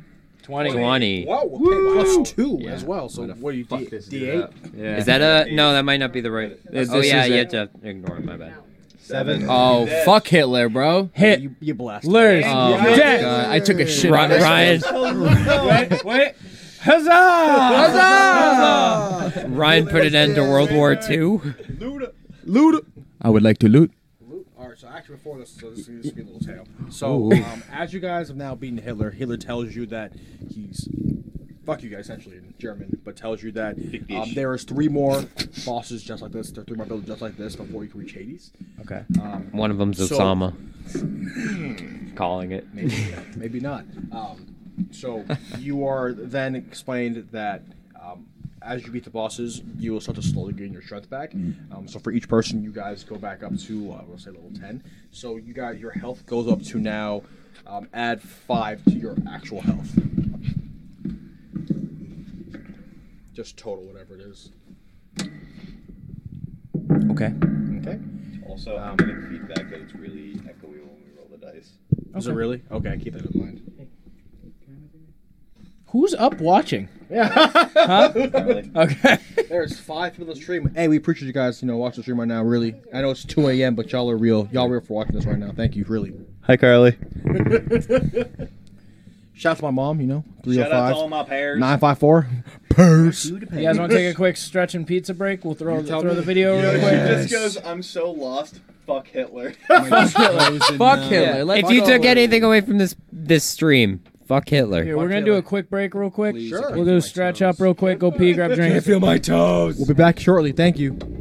Twenty. Twenty. Whoa, Oh, okay, plus two as well. So what do you D, D8? Yeah. Is that a no? That might not be the right. This oh yeah, is you a- have to ignore it. My bad. Seven. Oh fuck Hitler, bro. Hit. You, you blast. Lurs. Oh my Dead. God. I took a shit. Ri- on this. Ryan, Wait, wait. Huzzah! Huzzah! Ryan put an end to World War II. Luda. I would like to loot. All right, so actually before this, so this is gonna be a little tale. So Ooh. um, as you guys have now beaten Hitler, Hitler tells you that he's fuck you guys essentially in German, but tells you that um, there is three more bosses just like this. There are three more buildings just like this before you can reach Hades. Okay. Um, One of them's so- Osama. Calling it. maybe, maybe not. Um, so you are then explained that um, as you beat the bosses, you will start to slowly gain your strength back. Um, so for each person, you guys go back up to uh, we'll say level ten. So you got your health goes up to now um, add five to your actual health. Just total, whatever it is. Okay. Okay. Also, I'm getting feedback that it's really echoey when we roll the dice. Is it really? Okay, keep that in mind. Who's up watching? Yeah. Huh? Okay. There's five people in the stream. Hey, we appreciate you guys, you know, watching the stream right now, really. I know it's 2 a.m., but y'all are real. Y'all real for watching this right now. Thank you, really. Hi, Carly. Shout out to my mom, you know, Shout out to 305. all my pears. 954. Pairs. You guys want to take a quick stretch and pizza break? We'll throw tell throw the me. video Yo, real she quick. just goes, I'm so lost. Fuck Hitler. Fuck Hitler. If you took anything away from this this stream, fuck Hitler. Here, we're gonna do a quick break real quick. Sure. We'll do a stretch up real quick. Go pee, grab a drink. We'll be back shortly. Thank you.